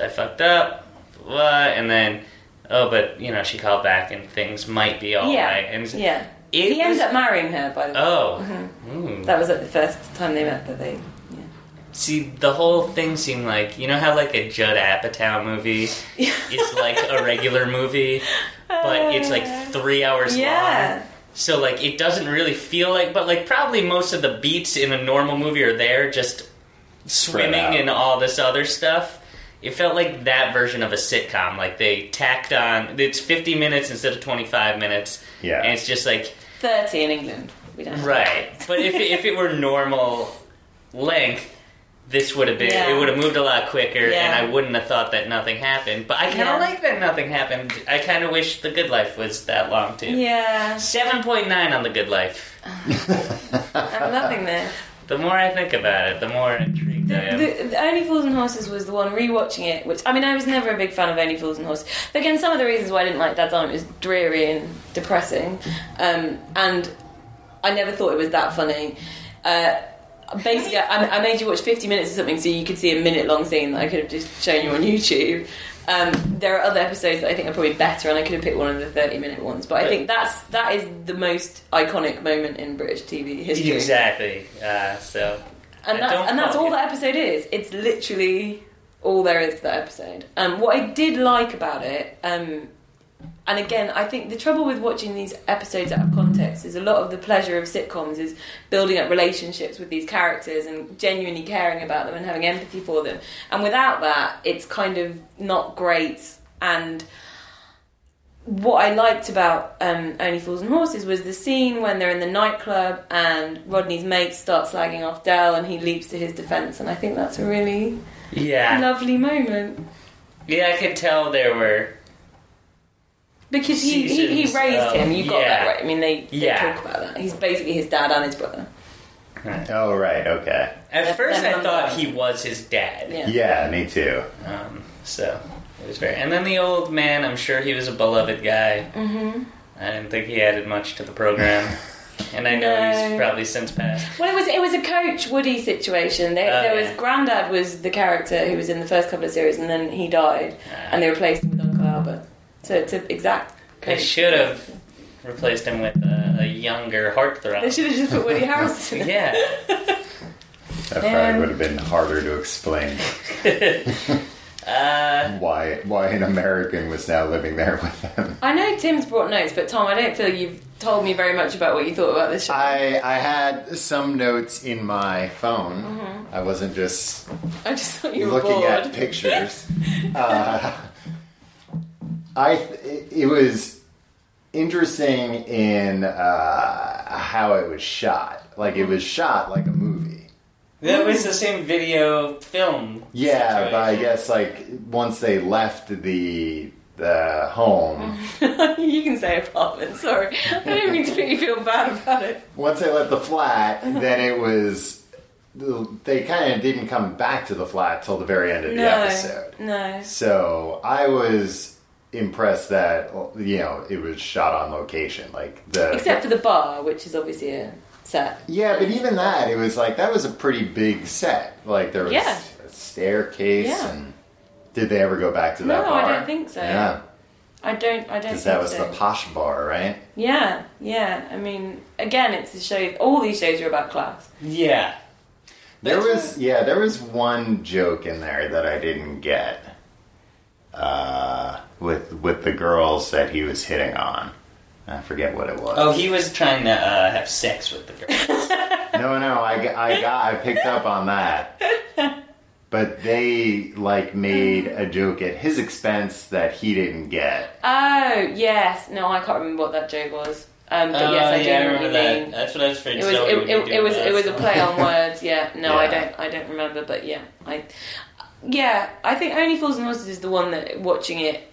[SPEAKER 4] I fucked up, what? And then, oh, but, you know, she called back, and things might be all right.
[SPEAKER 3] yeah.
[SPEAKER 4] oh, And
[SPEAKER 3] yeah. Uh-huh.
[SPEAKER 4] it
[SPEAKER 3] he ends
[SPEAKER 4] was-
[SPEAKER 3] up marrying her, by the way.
[SPEAKER 4] Oh,
[SPEAKER 3] That was at the first time they met, but they.
[SPEAKER 4] See, the whole thing seemed like you know how like a Judd Apatow movie is like a regular movie, but it's like three hours
[SPEAKER 3] Yeah.
[SPEAKER 4] long. So like it doesn't really feel like, but like probably most of the beats in a normal movie are there, just
[SPEAKER 2] Spread
[SPEAKER 4] swimming
[SPEAKER 2] out.
[SPEAKER 4] and all this other stuff. It felt like that version of a sitcom. Like they tacked on. It's fifty minutes instead of twenty five minutes.
[SPEAKER 2] Yeah.
[SPEAKER 4] and it's just like
[SPEAKER 3] 30 in England. We don't have
[SPEAKER 4] Right, but if if it were normal length, this would have been
[SPEAKER 3] Yeah.
[SPEAKER 4] it would have moved a lot quicker,
[SPEAKER 3] Yeah.
[SPEAKER 4] and I wouldn't have thought that nothing happened. But I kind of
[SPEAKER 3] Yeah.
[SPEAKER 4] like that nothing happened. I kind of wish the Good Life was that long too.
[SPEAKER 3] Yeah.
[SPEAKER 4] Seven point nine on the Good Life.
[SPEAKER 3] I'm loving this.
[SPEAKER 4] The more I think about it, the more intrigued I am.
[SPEAKER 3] The, the Only Fools and Horses was the one rewatching it, which I mean, I was never a big fan of Only Fools and Horses. But again, some of the reasons why I didn't like Dad's Army was dreary and depressing, um, and I never thought it was that funny. Uh, basically, I, I made you watch 50 minutes or something so you could see a minute long scene that I could have just shown you on YouTube. Um, there are other episodes that I think are probably better, and I could have picked one of the 30 minute ones. But I think that's that is the most iconic moment in British TV history.
[SPEAKER 4] exactly. Uh, so
[SPEAKER 3] And
[SPEAKER 4] I
[SPEAKER 3] that's,
[SPEAKER 4] don't
[SPEAKER 3] and that's
[SPEAKER 4] fault
[SPEAKER 3] all
[SPEAKER 4] you.
[SPEAKER 3] that episode is. It's literally all there is to that episode. Um, what I did like about it, um, and again, I think the trouble with watching these episodes out of context is a lot of the pleasure of sitcoms is building up relationships with these characters and genuinely caring about them and having empathy for them. And without that, it's kind of not great. And what I liked about um, Only Fools and Horses was the scene when they're in the nightclub and Rodney's mate starts slagging off Dell and he leaps to his defence, and I think that's a really
[SPEAKER 4] yeah,
[SPEAKER 3] lovely moment
[SPEAKER 4] yeah, I could tell there were
[SPEAKER 3] because he, he, he
[SPEAKER 4] Seasons,
[SPEAKER 3] raised
[SPEAKER 4] um,
[SPEAKER 3] him. You got
[SPEAKER 4] yeah.
[SPEAKER 3] that right. I mean, they, they
[SPEAKER 4] Yeah.
[SPEAKER 3] talk about that. He's basically his dad and his brother.
[SPEAKER 2] Oh, right. Okay.
[SPEAKER 4] At first, I
[SPEAKER 3] them.
[SPEAKER 4] thought he was his dad.
[SPEAKER 3] Yeah.
[SPEAKER 2] Yeah, me too.
[SPEAKER 4] Um, so it was very. And then the old man, I'm sure he was a beloved guy. Mm-hmm. I didn't think he added much to the program, and I know he's
[SPEAKER 3] No.
[SPEAKER 4] probably since passed.
[SPEAKER 3] Well, it was it was a Coach Woody situation. They,
[SPEAKER 4] Oh,
[SPEAKER 3] there
[SPEAKER 4] yeah.
[SPEAKER 3] was Grandad was the character who was in the first couple of series, and then he died, and they replaced him with Uncle Albert. So it's an exact.
[SPEAKER 4] They
[SPEAKER 3] Coach.
[SPEAKER 4] should have replaced him with a, a younger
[SPEAKER 3] They
[SPEAKER 4] heartthrob.
[SPEAKER 3] should have just put Woody Harrelson. in.
[SPEAKER 4] Yeah.
[SPEAKER 2] That
[SPEAKER 4] And-
[SPEAKER 2] probably would have been harder to explain. why why an American was now living there with them.
[SPEAKER 3] I know Tim's brought notes, but Tom, I don't feel you've told me very much about what you thought about this show.
[SPEAKER 2] I I had some notes in my phone. I wasn't just
[SPEAKER 3] I just thought Mm-hmm. you were
[SPEAKER 2] looking
[SPEAKER 3] bored.
[SPEAKER 2] at pictures. uh, I it- it was interesting in uh, how it was shot. Like
[SPEAKER 3] Mm-hmm.
[SPEAKER 2] it was shot like a movie.
[SPEAKER 4] That was the same video film.
[SPEAKER 2] Yeah,
[SPEAKER 4] situation.
[SPEAKER 2] but I guess like once they left the the
[SPEAKER 3] Mm-hmm.
[SPEAKER 2] home,
[SPEAKER 3] you can say apartment. Sorry, I didn't mean to make you feel bad about it.
[SPEAKER 2] once they left the flat, then it was they kind of didn't come back to the flat till the very end of the episode.
[SPEAKER 3] no.
[SPEAKER 2] So I was impressed that you know it was shot on location, like the
[SPEAKER 3] Except for the bar, which is obviously a set.
[SPEAKER 2] yeah. But even that, it was like that was a pretty big set. Like there was
[SPEAKER 3] Yeah.
[SPEAKER 2] a staircase,
[SPEAKER 3] Yeah.
[SPEAKER 2] and did they ever go back to that
[SPEAKER 3] No,
[SPEAKER 2] bar?
[SPEAKER 3] I don't think so.
[SPEAKER 2] Yeah,
[SPEAKER 3] I don't. I don't.
[SPEAKER 2] because that
[SPEAKER 3] think
[SPEAKER 2] was
[SPEAKER 3] so.
[SPEAKER 2] the posh bar, right?
[SPEAKER 3] Yeah, yeah. I mean, again, it's a show. All these shows are about class.
[SPEAKER 4] Yeah.
[SPEAKER 2] There was yeah, there was one joke in there that I didn't get. Uh, with with the girls that he was hitting on, I forget what it was.
[SPEAKER 4] Oh, he was trying to uh, have sex with the girl.
[SPEAKER 2] No, no, I, g- I got I picked up on that. But they like made a joke at his expense that he didn't get.
[SPEAKER 3] Oh yes, no, I can't remember what that joke was. Um, but
[SPEAKER 4] Oh,
[SPEAKER 3] yes, I do
[SPEAKER 4] yeah, I
[SPEAKER 3] know what
[SPEAKER 4] remember
[SPEAKER 3] you
[SPEAKER 4] that.
[SPEAKER 3] mean.
[SPEAKER 4] That's what I was afraid
[SPEAKER 3] It was
[SPEAKER 4] Zoe
[SPEAKER 3] it,
[SPEAKER 4] would
[SPEAKER 3] it,
[SPEAKER 4] be
[SPEAKER 3] it was
[SPEAKER 4] doing
[SPEAKER 3] it was a
[SPEAKER 4] last
[SPEAKER 3] play
[SPEAKER 4] time.
[SPEAKER 3] on words. Yeah. No, I
[SPEAKER 4] Yeah.
[SPEAKER 3] don't I don't remember, but yeah, I yeah I think Only Fools and Horses is the one that watching it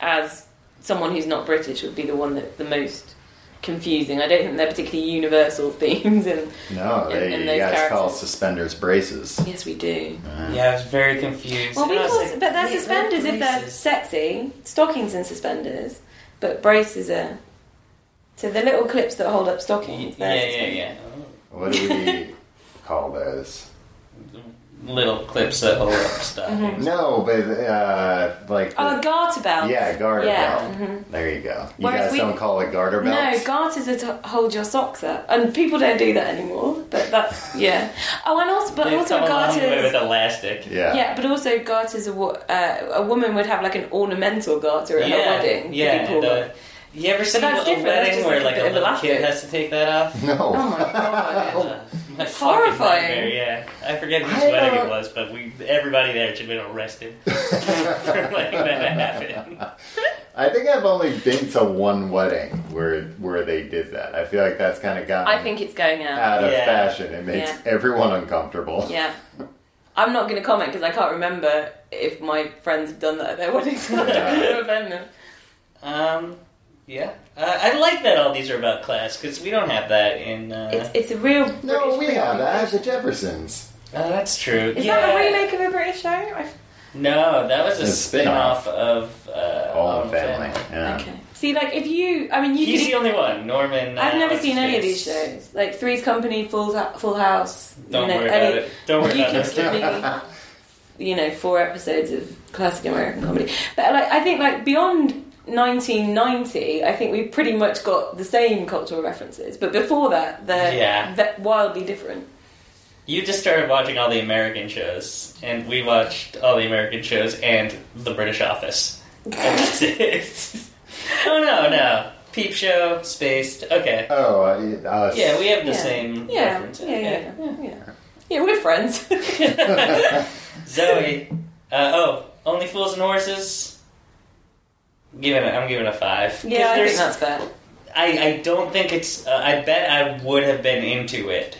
[SPEAKER 3] as someone who's not British would be the one that's the most confusing. I don't think they're particularly universal themes, and
[SPEAKER 2] No,
[SPEAKER 3] in-
[SPEAKER 2] they,
[SPEAKER 3] in
[SPEAKER 2] you
[SPEAKER 3] those
[SPEAKER 2] guys call
[SPEAKER 3] characters.
[SPEAKER 2] suspenders braces.
[SPEAKER 3] yes, we do.
[SPEAKER 4] Yeah, I was very confused.
[SPEAKER 3] Well,
[SPEAKER 4] And I was
[SPEAKER 3] because
[SPEAKER 4] like,
[SPEAKER 3] but they're
[SPEAKER 4] "Wait,
[SPEAKER 3] suspenders
[SPEAKER 4] what
[SPEAKER 3] if they're
[SPEAKER 4] races?"
[SPEAKER 3] sexy stockings and suspenders, but braces are. So the little clips that hold up stockings.
[SPEAKER 4] Yeah,
[SPEAKER 3] they're
[SPEAKER 4] yeah, yeah.
[SPEAKER 2] What do we call those?
[SPEAKER 4] Little clips that hold up
[SPEAKER 3] Mm-hmm.
[SPEAKER 4] stuff.
[SPEAKER 2] No, but uh, like
[SPEAKER 3] Oh, garter belts.
[SPEAKER 2] yeah, garter
[SPEAKER 3] Yeah. Mm-hmm.
[SPEAKER 2] belt. There you go. You
[SPEAKER 3] Whereas
[SPEAKER 2] guys
[SPEAKER 3] we-
[SPEAKER 2] don't call it garter
[SPEAKER 3] No,
[SPEAKER 2] belts.
[SPEAKER 3] garters are to hold your socks up, and people don't do that anymore. But that's yeah. Oh, and also, but
[SPEAKER 4] They've
[SPEAKER 3] also
[SPEAKER 4] come a long way with
[SPEAKER 3] garters.
[SPEAKER 4] elastic.
[SPEAKER 2] yeah.
[SPEAKER 3] Yeah, but also garters. Are what uh, a woman would have like an ornamental garter at her wedding. to
[SPEAKER 4] Yeah,
[SPEAKER 3] be
[SPEAKER 4] and,
[SPEAKER 3] pulled
[SPEAKER 4] uh,
[SPEAKER 3] up.
[SPEAKER 4] you ever seen a
[SPEAKER 3] that's
[SPEAKER 4] wedding
[SPEAKER 3] different, that's just
[SPEAKER 4] where
[SPEAKER 3] like a bit
[SPEAKER 4] like a
[SPEAKER 3] of
[SPEAKER 4] little
[SPEAKER 3] elastic.
[SPEAKER 4] kid has to take that off?
[SPEAKER 2] No.
[SPEAKER 3] oh my god.
[SPEAKER 4] My fucking
[SPEAKER 3] Horrifying.
[SPEAKER 4] nightmare, Yeah, I forget whose
[SPEAKER 2] I
[SPEAKER 4] wedding
[SPEAKER 2] don't-
[SPEAKER 4] it was, but we everybody there should have been arrested for letting that happen.
[SPEAKER 2] I think I've only been to one wedding where where they did that. I feel like that's kind of gotten
[SPEAKER 3] I think it's going out.
[SPEAKER 2] out of
[SPEAKER 4] Yeah.
[SPEAKER 2] fashion. It makes
[SPEAKER 3] Yeah.
[SPEAKER 2] everyone uncomfortable.
[SPEAKER 3] Yeah. I'm not going to comment because I can't remember if my friends have done that at their weddings. I don't want to offend them.
[SPEAKER 4] Um, yeah, uh, I like that all these are about class because we don't have that in. Uh,
[SPEAKER 3] It's, it's a real.
[SPEAKER 2] No,
[SPEAKER 3] British
[SPEAKER 2] we
[SPEAKER 3] remake.
[SPEAKER 2] have that. I have the Jeffersons.
[SPEAKER 4] oh, that's true.
[SPEAKER 3] Is
[SPEAKER 4] yeah.
[SPEAKER 3] that a remake of a British show? I
[SPEAKER 4] No, that was a
[SPEAKER 2] It's a spin-off.
[SPEAKER 4] spin-off of uh,
[SPEAKER 2] All in
[SPEAKER 4] All
[SPEAKER 2] family. Yeah.
[SPEAKER 3] Oh, Okay. See, like, if you, I mean, you.
[SPEAKER 4] He's
[SPEAKER 3] could,
[SPEAKER 4] the only one, Norman. uh,
[SPEAKER 3] I've never
[SPEAKER 4] what's
[SPEAKER 3] seen
[SPEAKER 4] his
[SPEAKER 3] any of
[SPEAKER 4] face.
[SPEAKER 3] these shows, like Three's Company, Full, Hou- Full House.
[SPEAKER 4] Don't
[SPEAKER 3] you know,
[SPEAKER 4] worry
[SPEAKER 3] any-
[SPEAKER 4] about it. Don't worry
[SPEAKER 3] you
[SPEAKER 4] about
[SPEAKER 3] could
[SPEAKER 4] this.
[SPEAKER 3] give me, you know, four episodes of classic American comedy. But like, I think like beyond. 1990, I think we pretty much got the same cultural references, but before that, they're
[SPEAKER 4] Yeah.
[SPEAKER 3] they're wildly different.
[SPEAKER 4] You just started watching all the American shows, and we watched all the American shows and The British Office. And that's it. oh no, no. Peep Show, Spaced. Okay.
[SPEAKER 2] Oh, uh, uh,
[SPEAKER 4] Yeah, we have the
[SPEAKER 3] Yeah.
[SPEAKER 4] same
[SPEAKER 3] Yeah,
[SPEAKER 4] reference.
[SPEAKER 3] yeah, yeah, yeah, yeah. Yeah, we're friends.
[SPEAKER 4] Zoe. Uh, oh, Only Fools and Horses. Giving it, I'm giving it a five. 'Cause
[SPEAKER 3] yeah, I think
[SPEAKER 4] there's-
[SPEAKER 3] that's fair.
[SPEAKER 4] I, I don't think it's. Uh, I bet I would have been into it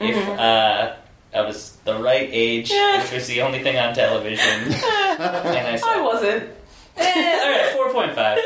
[SPEAKER 4] if
[SPEAKER 3] Mm-hmm.
[SPEAKER 4] uh, I was the right age,
[SPEAKER 3] Yeah.
[SPEAKER 4] which was the only thing on television. and I, saw
[SPEAKER 3] I wasn't.
[SPEAKER 4] Eh, all right, four point five.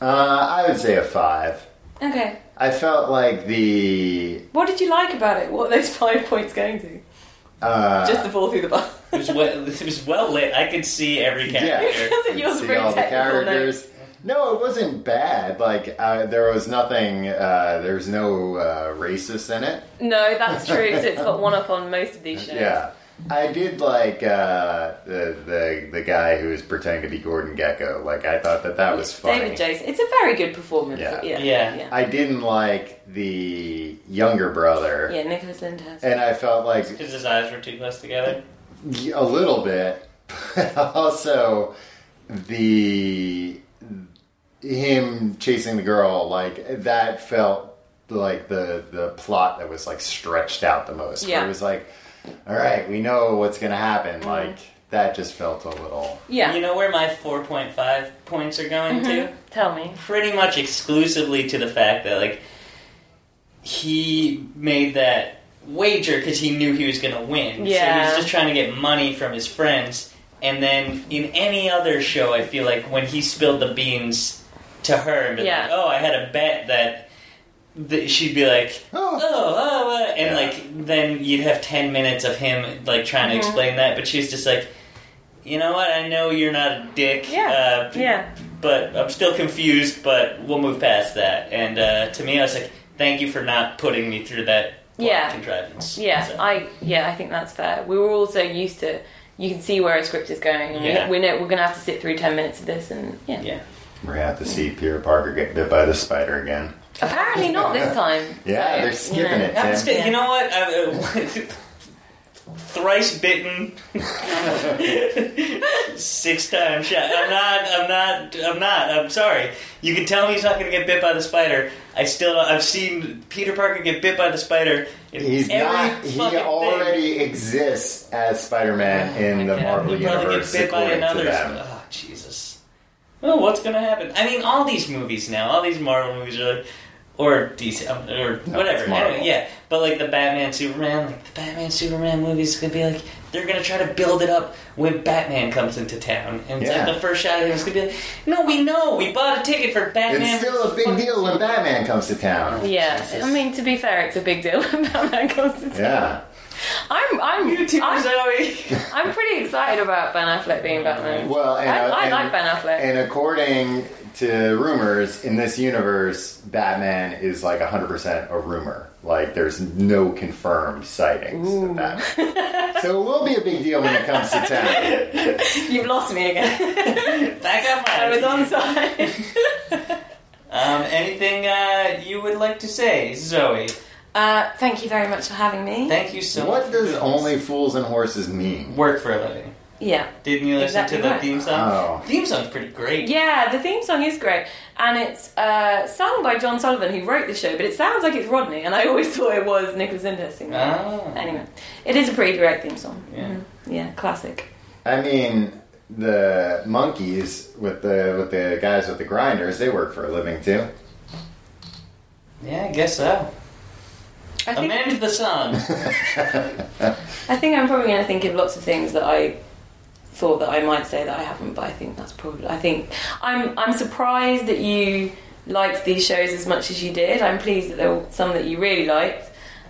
[SPEAKER 2] Uh, I would say a five.
[SPEAKER 3] Okay,
[SPEAKER 2] I felt like the
[SPEAKER 3] what did you like about it? What are those five points going to?
[SPEAKER 2] uh,
[SPEAKER 3] Just the fall through the bar.
[SPEAKER 4] It was, well, it was well lit. I could see every character.
[SPEAKER 3] Wasn't yours
[SPEAKER 2] see
[SPEAKER 3] very
[SPEAKER 2] all the
[SPEAKER 3] technical, no?
[SPEAKER 2] characters. No, it wasn't bad. Like uh, there was nothing. Uh, there was no uh, racist in it.
[SPEAKER 3] No, that's true. So it's got one up on most of these shows.
[SPEAKER 2] Yeah, I did like uh, the the the guy who was pretending to be Gordon Gecko. Like I thought that that was funny.
[SPEAKER 3] David Jason. It's a very good performance.
[SPEAKER 2] Yeah.
[SPEAKER 3] yeah,
[SPEAKER 4] Yeah.
[SPEAKER 3] yeah.
[SPEAKER 2] I didn't like the younger brother,
[SPEAKER 3] Yeah, Nicholas Lyndhurst.
[SPEAKER 2] and I felt like
[SPEAKER 4] Because his eyes were too close together.
[SPEAKER 2] a little bit, but also the him chasing the girl like that felt like the the plot that was like stretched out the most. Where
[SPEAKER 3] Yeah.
[SPEAKER 2] it was like, all right, we know what's gonna happen.
[SPEAKER 4] Mm-hmm.
[SPEAKER 2] Like that just felt a little.
[SPEAKER 3] Yeah, Mm-hmm.
[SPEAKER 4] You know where my four point five points are going to?
[SPEAKER 3] tell me.
[SPEAKER 4] pretty much exclusively to the fact that like he made that wager because he knew he was going to win. So he
[SPEAKER 3] Yeah.
[SPEAKER 4] was just trying to get money from his friends. And then in any other show, I feel like when he spilled the beans to her and been
[SPEAKER 3] Yeah.
[SPEAKER 4] like, "Oh, I had a bet that." that She'd be like, oh, oh, uh," and
[SPEAKER 2] Yeah.
[SPEAKER 4] like then you'd have ten minutes of him like trying
[SPEAKER 3] Mm-hmm.
[SPEAKER 4] to explain that, but she's just like, you know what? I know you're not a dick.
[SPEAKER 3] Yeah,
[SPEAKER 4] uh,
[SPEAKER 3] yeah.
[SPEAKER 4] but I'm still confused, but we'll move past that. And uh, to me, I was like, thank you for not putting me through that plot
[SPEAKER 3] Yeah.
[SPEAKER 4] contrivance.
[SPEAKER 3] Yeah,
[SPEAKER 4] So-
[SPEAKER 3] I yeah, I think that's fair. We were also used to you can see where a script is going. and we-
[SPEAKER 4] Yeah.
[SPEAKER 3] We, know we're going to have to sit through ten minutes of this, and yeah,
[SPEAKER 4] yeah.
[SPEAKER 2] We're gonna have to see Peter Parker get bit by the spider again.
[SPEAKER 3] apparently not this time.
[SPEAKER 2] Yeah,
[SPEAKER 3] So,
[SPEAKER 2] they're
[SPEAKER 3] you
[SPEAKER 2] skipping
[SPEAKER 3] know.
[SPEAKER 2] it,
[SPEAKER 4] I'm
[SPEAKER 2] Tim.
[SPEAKER 4] just- You know what? I, uh, thrice bitten, six time shot. I'm not. I'm not. I'm not. I'm sorry. You can tell me he's not going to get bit by the spider. I still. I've seen Peter Parker get bit by the spider. In
[SPEAKER 2] He's
[SPEAKER 4] every
[SPEAKER 2] not. He
[SPEAKER 4] fucking thing. Oh
[SPEAKER 2] already exists as Spider-Man in the
[SPEAKER 4] Yeah,
[SPEAKER 2] Marvel
[SPEAKER 4] he'll probably
[SPEAKER 2] universe,
[SPEAKER 4] Get bit by
[SPEAKER 2] according to
[SPEAKER 4] another.
[SPEAKER 2] them.
[SPEAKER 4] Oh Jesus! oh, what's going to happen? I mean, all these movies now, all these Marvel movies are like, or DC, um, or whatever.
[SPEAKER 2] Marvel.
[SPEAKER 4] anyway, yeah, but like the Batman, Superman, like the Batman, Superman movies going to be like, they're going to try to build it up when Batman comes into town. And it's like
[SPEAKER 2] Yeah.
[SPEAKER 4] the first shot of him is going to be like, no, we know, we bought a ticket for Batman.
[SPEAKER 2] It's still a big deal when Batman comes to town.
[SPEAKER 7] Yeah, I mean to be fair, it's a big deal when Batman comes. To
[SPEAKER 2] Yeah.
[SPEAKER 7] I'm, I'm,
[SPEAKER 4] YouTubers,
[SPEAKER 7] I'm,
[SPEAKER 4] Zoe.
[SPEAKER 7] I'm pretty excited about Ben Affleck being Batman.
[SPEAKER 2] Well, and,
[SPEAKER 7] I,
[SPEAKER 2] uh,
[SPEAKER 7] I
[SPEAKER 2] and-
[SPEAKER 7] like Ben Affleck.
[SPEAKER 2] And according to rumors, in this universe, Batman is like 100% a rumor. Like, there's no confirmed sightings of Batman. so it will be a big deal when it comes to town.
[SPEAKER 3] You've lost me again.
[SPEAKER 4] Back up,
[SPEAKER 3] I was on side.
[SPEAKER 4] Um, anything uh, you would like to say, Zoe?
[SPEAKER 3] Uh, thank you very much for having me.
[SPEAKER 4] Thank you so much.
[SPEAKER 2] What
[SPEAKER 4] for
[SPEAKER 2] does
[SPEAKER 4] doing this.
[SPEAKER 2] only fools and horses mean?
[SPEAKER 4] work for a living?
[SPEAKER 3] yeah.
[SPEAKER 4] Didn't you listen
[SPEAKER 3] Exactly
[SPEAKER 4] to the
[SPEAKER 3] right.
[SPEAKER 4] theme song?
[SPEAKER 2] Oh.
[SPEAKER 4] Theme song's pretty great.
[SPEAKER 3] Yeah, the theme song is great, and it's uh, sung by John Sullivan, who wrote the show. But it sounds like it's Rodney, and I always thought it was Nicholas Indes singing. it.
[SPEAKER 4] Ah.
[SPEAKER 3] Anyway, it is a pretty great theme song.
[SPEAKER 4] Yeah.
[SPEAKER 3] Mhm. yeah, classic.
[SPEAKER 2] I mean, the monkeys with the with the guys with the grinders, they work for a living too.
[SPEAKER 4] Yeah, I guess so.
[SPEAKER 3] I think
[SPEAKER 4] Amend the song.
[SPEAKER 3] I think I'm probably going to think of lots of things that I thought that I might say that I haven't, but I think that's probably. I think I'm I'm surprised that you liked these shows as much as you did. I'm pleased that there were some that you really liked,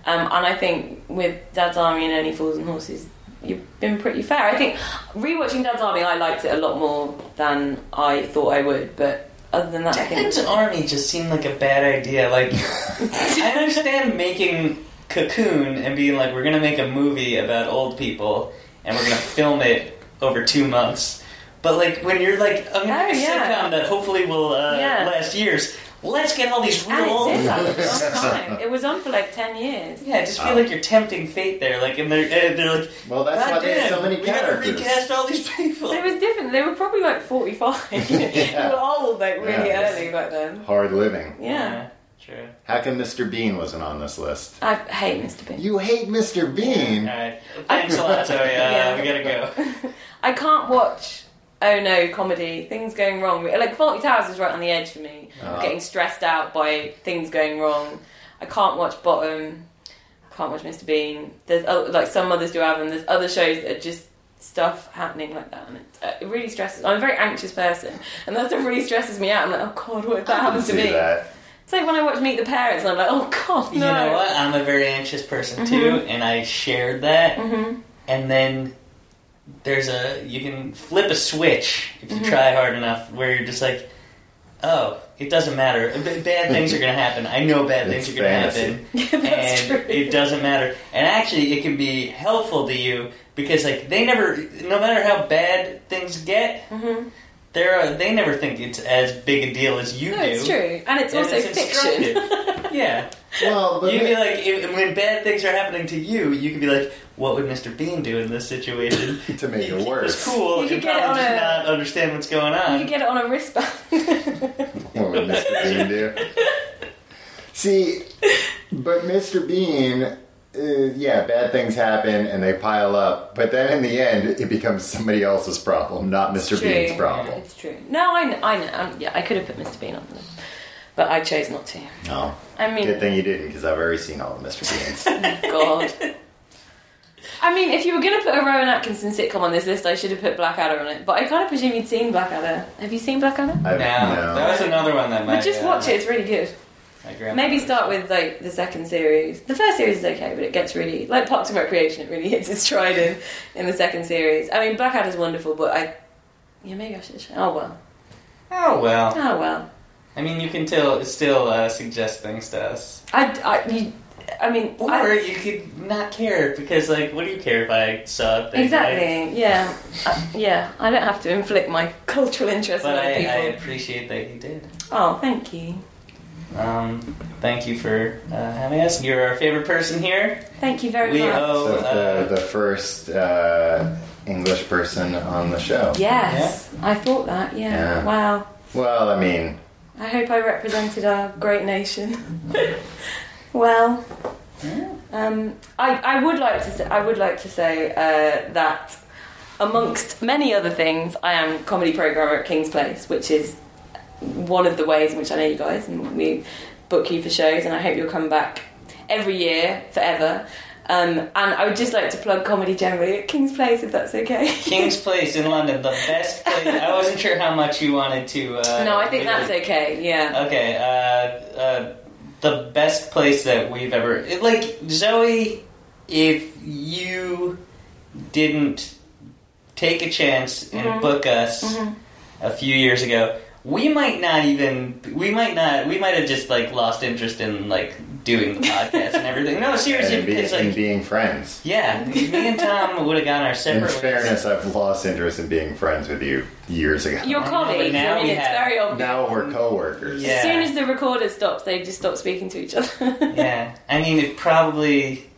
[SPEAKER 3] um, and I think with Dad's Army and Only Fools and Horses, you've been pretty fair. I think rewatching Dad's Army, I liked it a lot more than I thought I would, but. Other than that, I think
[SPEAKER 4] Dad's Army just seemed like a bad idea. Like, I understand making Cocoon and being like, we're gonna make a movie about old people and we're gonna film it over two months. But like, when you're like, I'm gonna make a
[SPEAKER 3] Oh, yeah.
[SPEAKER 4] sitcom that hopefully will uh,
[SPEAKER 3] Yeah.
[SPEAKER 4] last years. Let's get all these real
[SPEAKER 3] and
[SPEAKER 4] old.
[SPEAKER 3] it did last a long time. It was on for like ten years.
[SPEAKER 4] Yeah, I just feel like you're tempting fate there. Like, and they're, and they're like,
[SPEAKER 2] Uh, Well, that's
[SPEAKER 4] God
[SPEAKER 2] why they
[SPEAKER 4] damn,
[SPEAKER 2] had so many
[SPEAKER 4] we gotta
[SPEAKER 2] characters.
[SPEAKER 4] recast all these people.
[SPEAKER 3] It was different. They were probably like 45. They were old, like really
[SPEAKER 2] Yeah.
[SPEAKER 3] early back then.
[SPEAKER 2] Hard living.
[SPEAKER 3] Yeah.
[SPEAKER 4] true.
[SPEAKER 2] How come Mr. Bean wasn't on this list?
[SPEAKER 3] I hate Mr. Bean.
[SPEAKER 2] You hate Mr. Bean?
[SPEAKER 4] All right, thanks a lot, Zoe. Uh,
[SPEAKER 3] Yeah.
[SPEAKER 4] We gotta go.
[SPEAKER 3] I can't watch. Oh no, comedy. Things going wrong. Like Faulty Towers is right on the edge for me.
[SPEAKER 2] Uh-huh.
[SPEAKER 3] I'm getting stressed out by things going wrong. I can't watch Bottom. I can't watch Mr. Bean. There's oh, like some others do have, and there's other shows that are just stuff happening like that, and it, uh, it really stresses. I'm a very anxious person, and that stuff really stresses me out. I'm like, oh god, what if that
[SPEAKER 2] I
[SPEAKER 3] happens to
[SPEAKER 2] see
[SPEAKER 3] me?
[SPEAKER 2] that.
[SPEAKER 3] It's like when I watch Meet the Parents, and I'm like, oh god, no. Mm-hmm.
[SPEAKER 4] You know what? I'm a very anxious person too, and I shared that. And then there's a you can flip a switch if
[SPEAKER 3] Mm-hmm.
[SPEAKER 4] you try hard enough, where you're just like, oh, it doesn't matter. B- Bad things are gonna happen. I know bad
[SPEAKER 2] It's
[SPEAKER 4] things are gonna
[SPEAKER 2] fantasy.
[SPEAKER 4] happen,
[SPEAKER 3] that's
[SPEAKER 4] and
[SPEAKER 3] true.
[SPEAKER 4] it doesn't matter. And actually, it can be helpful to you because like they never, no matter how bad things get.
[SPEAKER 3] Mm-hmm.
[SPEAKER 4] They're, uh, they never think it's as big a deal as you
[SPEAKER 3] No,
[SPEAKER 4] do.
[SPEAKER 3] it's true, and it's
[SPEAKER 4] And
[SPEAKER 3] also
[SPEAKER 4] it's
[SPEAKER 3] fiction.
[SPEAKER 4] instructive. yeah.
[SPEAKER 2] Well, but
[SPEAKER 4] You'd be like, if, when bad things are happening to you, you could be like, what would Mr. Bean do in this situation?
[SPEAKER 2] to make
[SPEAKER 4] If
[SPEAKER 2] it
[SPEAKER 4] was
[SPEAKER 2] worse.
[SPEAKER 4] cool.
[SPEAKER 3] You
[SPEAKER 4] You
[SPEAKER 3] could
[SPEAKER 4] would
[SPEAKER 3] get it
[SPEAKER 4] probably
[SPEAKER 3] on
[SPEAKER 4] just
[SPEAKER 3] a-
[SPEAKER 4] not understand what's going on.
[SPEAKER 3] You get it on a wristband.
[SPEAKER 2] What would Mr. Bean do? See, but Mr. Bean, uh, yeah, bad things happen and they pile up, but then in the end, it becomes somebody else's problem, not Mr.
[SPEAKER 3] true.
[SPEAKER 2] Bean's problem.
[SPEAKER 3] It's true. No, I know. I know. Um, yeah, I could have put Mr. Bean on them, but I chose not to.
[SPEAKER 2] No.
[SPEAKER 3] I mean-
[SPEAKER 2] good thing you didn't, because I've already seen all of Mr. Beans.
[SPEAKER 3] God. I mean, if you were going to put a Rowan Atkinson sitcom on this list, I should have put Blackadder on it. But I kind of presume you'd seen Blackadder. Have you seen Blackadder?
[SPEAKER 2] I've,
[SPEAKER 4] now, that was another one that might.
[SPEAKER 3] But just
[SPEAKER 4] uh,
[SPEAKER 3] watch it. It's really good.
[SPEAKER 4] my grandma-
[SPEAKER 3] Maybe start with like the second series. The first series is okay, but it gets really like Parks and Recreation. It really hits its stride in in the second series. I mean, Blackadder's wonderful, but I yeah, maybe I should. Oh well,
[SPEAKER 4] Oh well.
[SPEAKER 3] oh well.
[SPEAKER 4] I mean, you can till, still uh, suggest things to us,
[SPEAKER 3] I I, you, I mean,
[SPEAKER 4] or
[SPEAKER 3] I-
[SPEAKER 4] you could not care because, like, what do you care if I saw a thing? right?
[SPEAKER 3] exactly. Yeah, Uh, yeah. I don't have to inflict my cultural interest on
[SPEAKER 4] But
[SPEAKER 3] other
[SPEAKER 4] I, I
[SPEAKER 3] people.
[SPEAKER 4] appreciate that you did.
[SPEAKER 3] Oh, thank you,
[SPEAKER 4] Um, thank you for uh, having us. You're our favorite person here.
[SPEAKER 3] thank you very
[SPEAKER 4] We
[SPEAKER 3] much.
[SPEAKER 4] owe.
[SPEAKER 2] So
[SPEAKER 4] Uh,
[SPEAKER 2] the, the first uh, English person on the show.
[SPEAKER 3] yes, I thought that. Yeah.
[SPEAKER 2] Yeah.
[SPEAKER 3] Wow.
[SPEAKER 2] Well, I mean,
[SPEAKER 3] I hope I represented our great nation. well, um, I, I would like to say, I would like to say uh, that amongst many other things, I am comedy programmer at King's Place, which is one of the ways in which I know you guys, and we book you for shows, and I hope you'll come back every year forever. Um, and I would just like to plug comedy generally at King's Place, if that's okay.
[SPEAKER 4] King's Place in London, the best place. I wasn't sure how much you wanted to. Uh,
[SPEAKER 3] no, I think
[SPEAKER 4] really-
[SPEAKER 3] that's okay. Yeah.
[SPEAKER 4] Okay, uh, uh, the best place that we've ever. it- Like, Zoe, if you didn't take a chance and
[SPEAKER 3] Mm-hmm.
[SPEAKER 4] book us a few years ago, we might not even. We might not. We might have just, like, lost interest in, like, doing the podcast and everything. No, seriously,
[SPEAKER 2] and, be,
[SPEAKER 4] because,
[SPEAKER 2] and
[SPEAKER 4] like.
[SPEAKER 2] being friends.
[SPEAKER 4] Yeah, me and Tom would have gone our
[SPEAKER 2] In
[SPEAKER 4] separate ways.
[SPEAKER 2] fairness, I've lost interest in being friends with you years ago.
[SPEAKER 3] Your colleagues.
[SPEAKER 4] now
[SPEAKER 3] I mean,
[SPEAKER 4] we
[SPEAKER 3] it's
[SPEAKER 4] have-
[SPEAKER 3] very obvious.
[SPEAKER 2] now we're coworkers.
[SPEAKER 4] Yeah.
[SPEAKER 3] As soon as the recorder stops, they just stop speaking to each other.
[SPEAKER 4] Yeah, I mean, it probably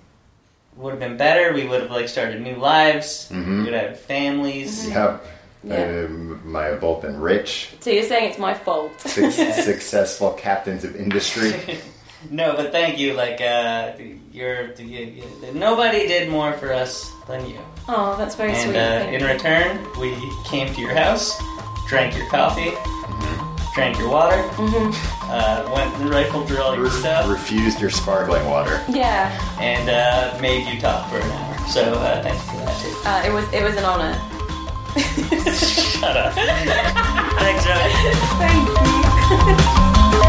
[SPEAKER 4] would have been better. We would have like started new lives. We would have families.
[SPEAKER 2] Yep.
[SPEAKER 3] Yeah.
[SPEAKER 2] Um, my have both been rich,
[SPEAKER 3] so you're saying it's my fault?
[SPEAKER 2] suc- successful captains of industry.
[SPEAKER 4] No, but thank you. Like, uh, you're, you, you- nobody did more for us than you.
[SPEAKER 3] Oh, that's very
[SPEAKER 4] And
[SPEAKER 3] sweet.
[SPEAKER 4] uh,
[SPEAKER 3] Thank
[SPEAKER 4] in
[SPEAKER 3] you.
[SPEAKER 4] return, we came to your house, drank your coffee, drank your water,
[SPEAKER 3] Mm-hmm.
[SPEAKER 4] uh, went and rifled through all your
[SPEAKER 2] Re-
[SPEAKER 4] stuff,
[SPEAKER 2] refused your sparkling water.
[SPEAKER 3] yeah,
[SPEAKER 4] and uh, made you talk for an hour. So uh, thank you for that too.
[SPEAKER 3] uh, it was it was an honour.
[SPEAKER 4] Shut up. Thanks, Joey.
[SPEAKER 3] Thank you.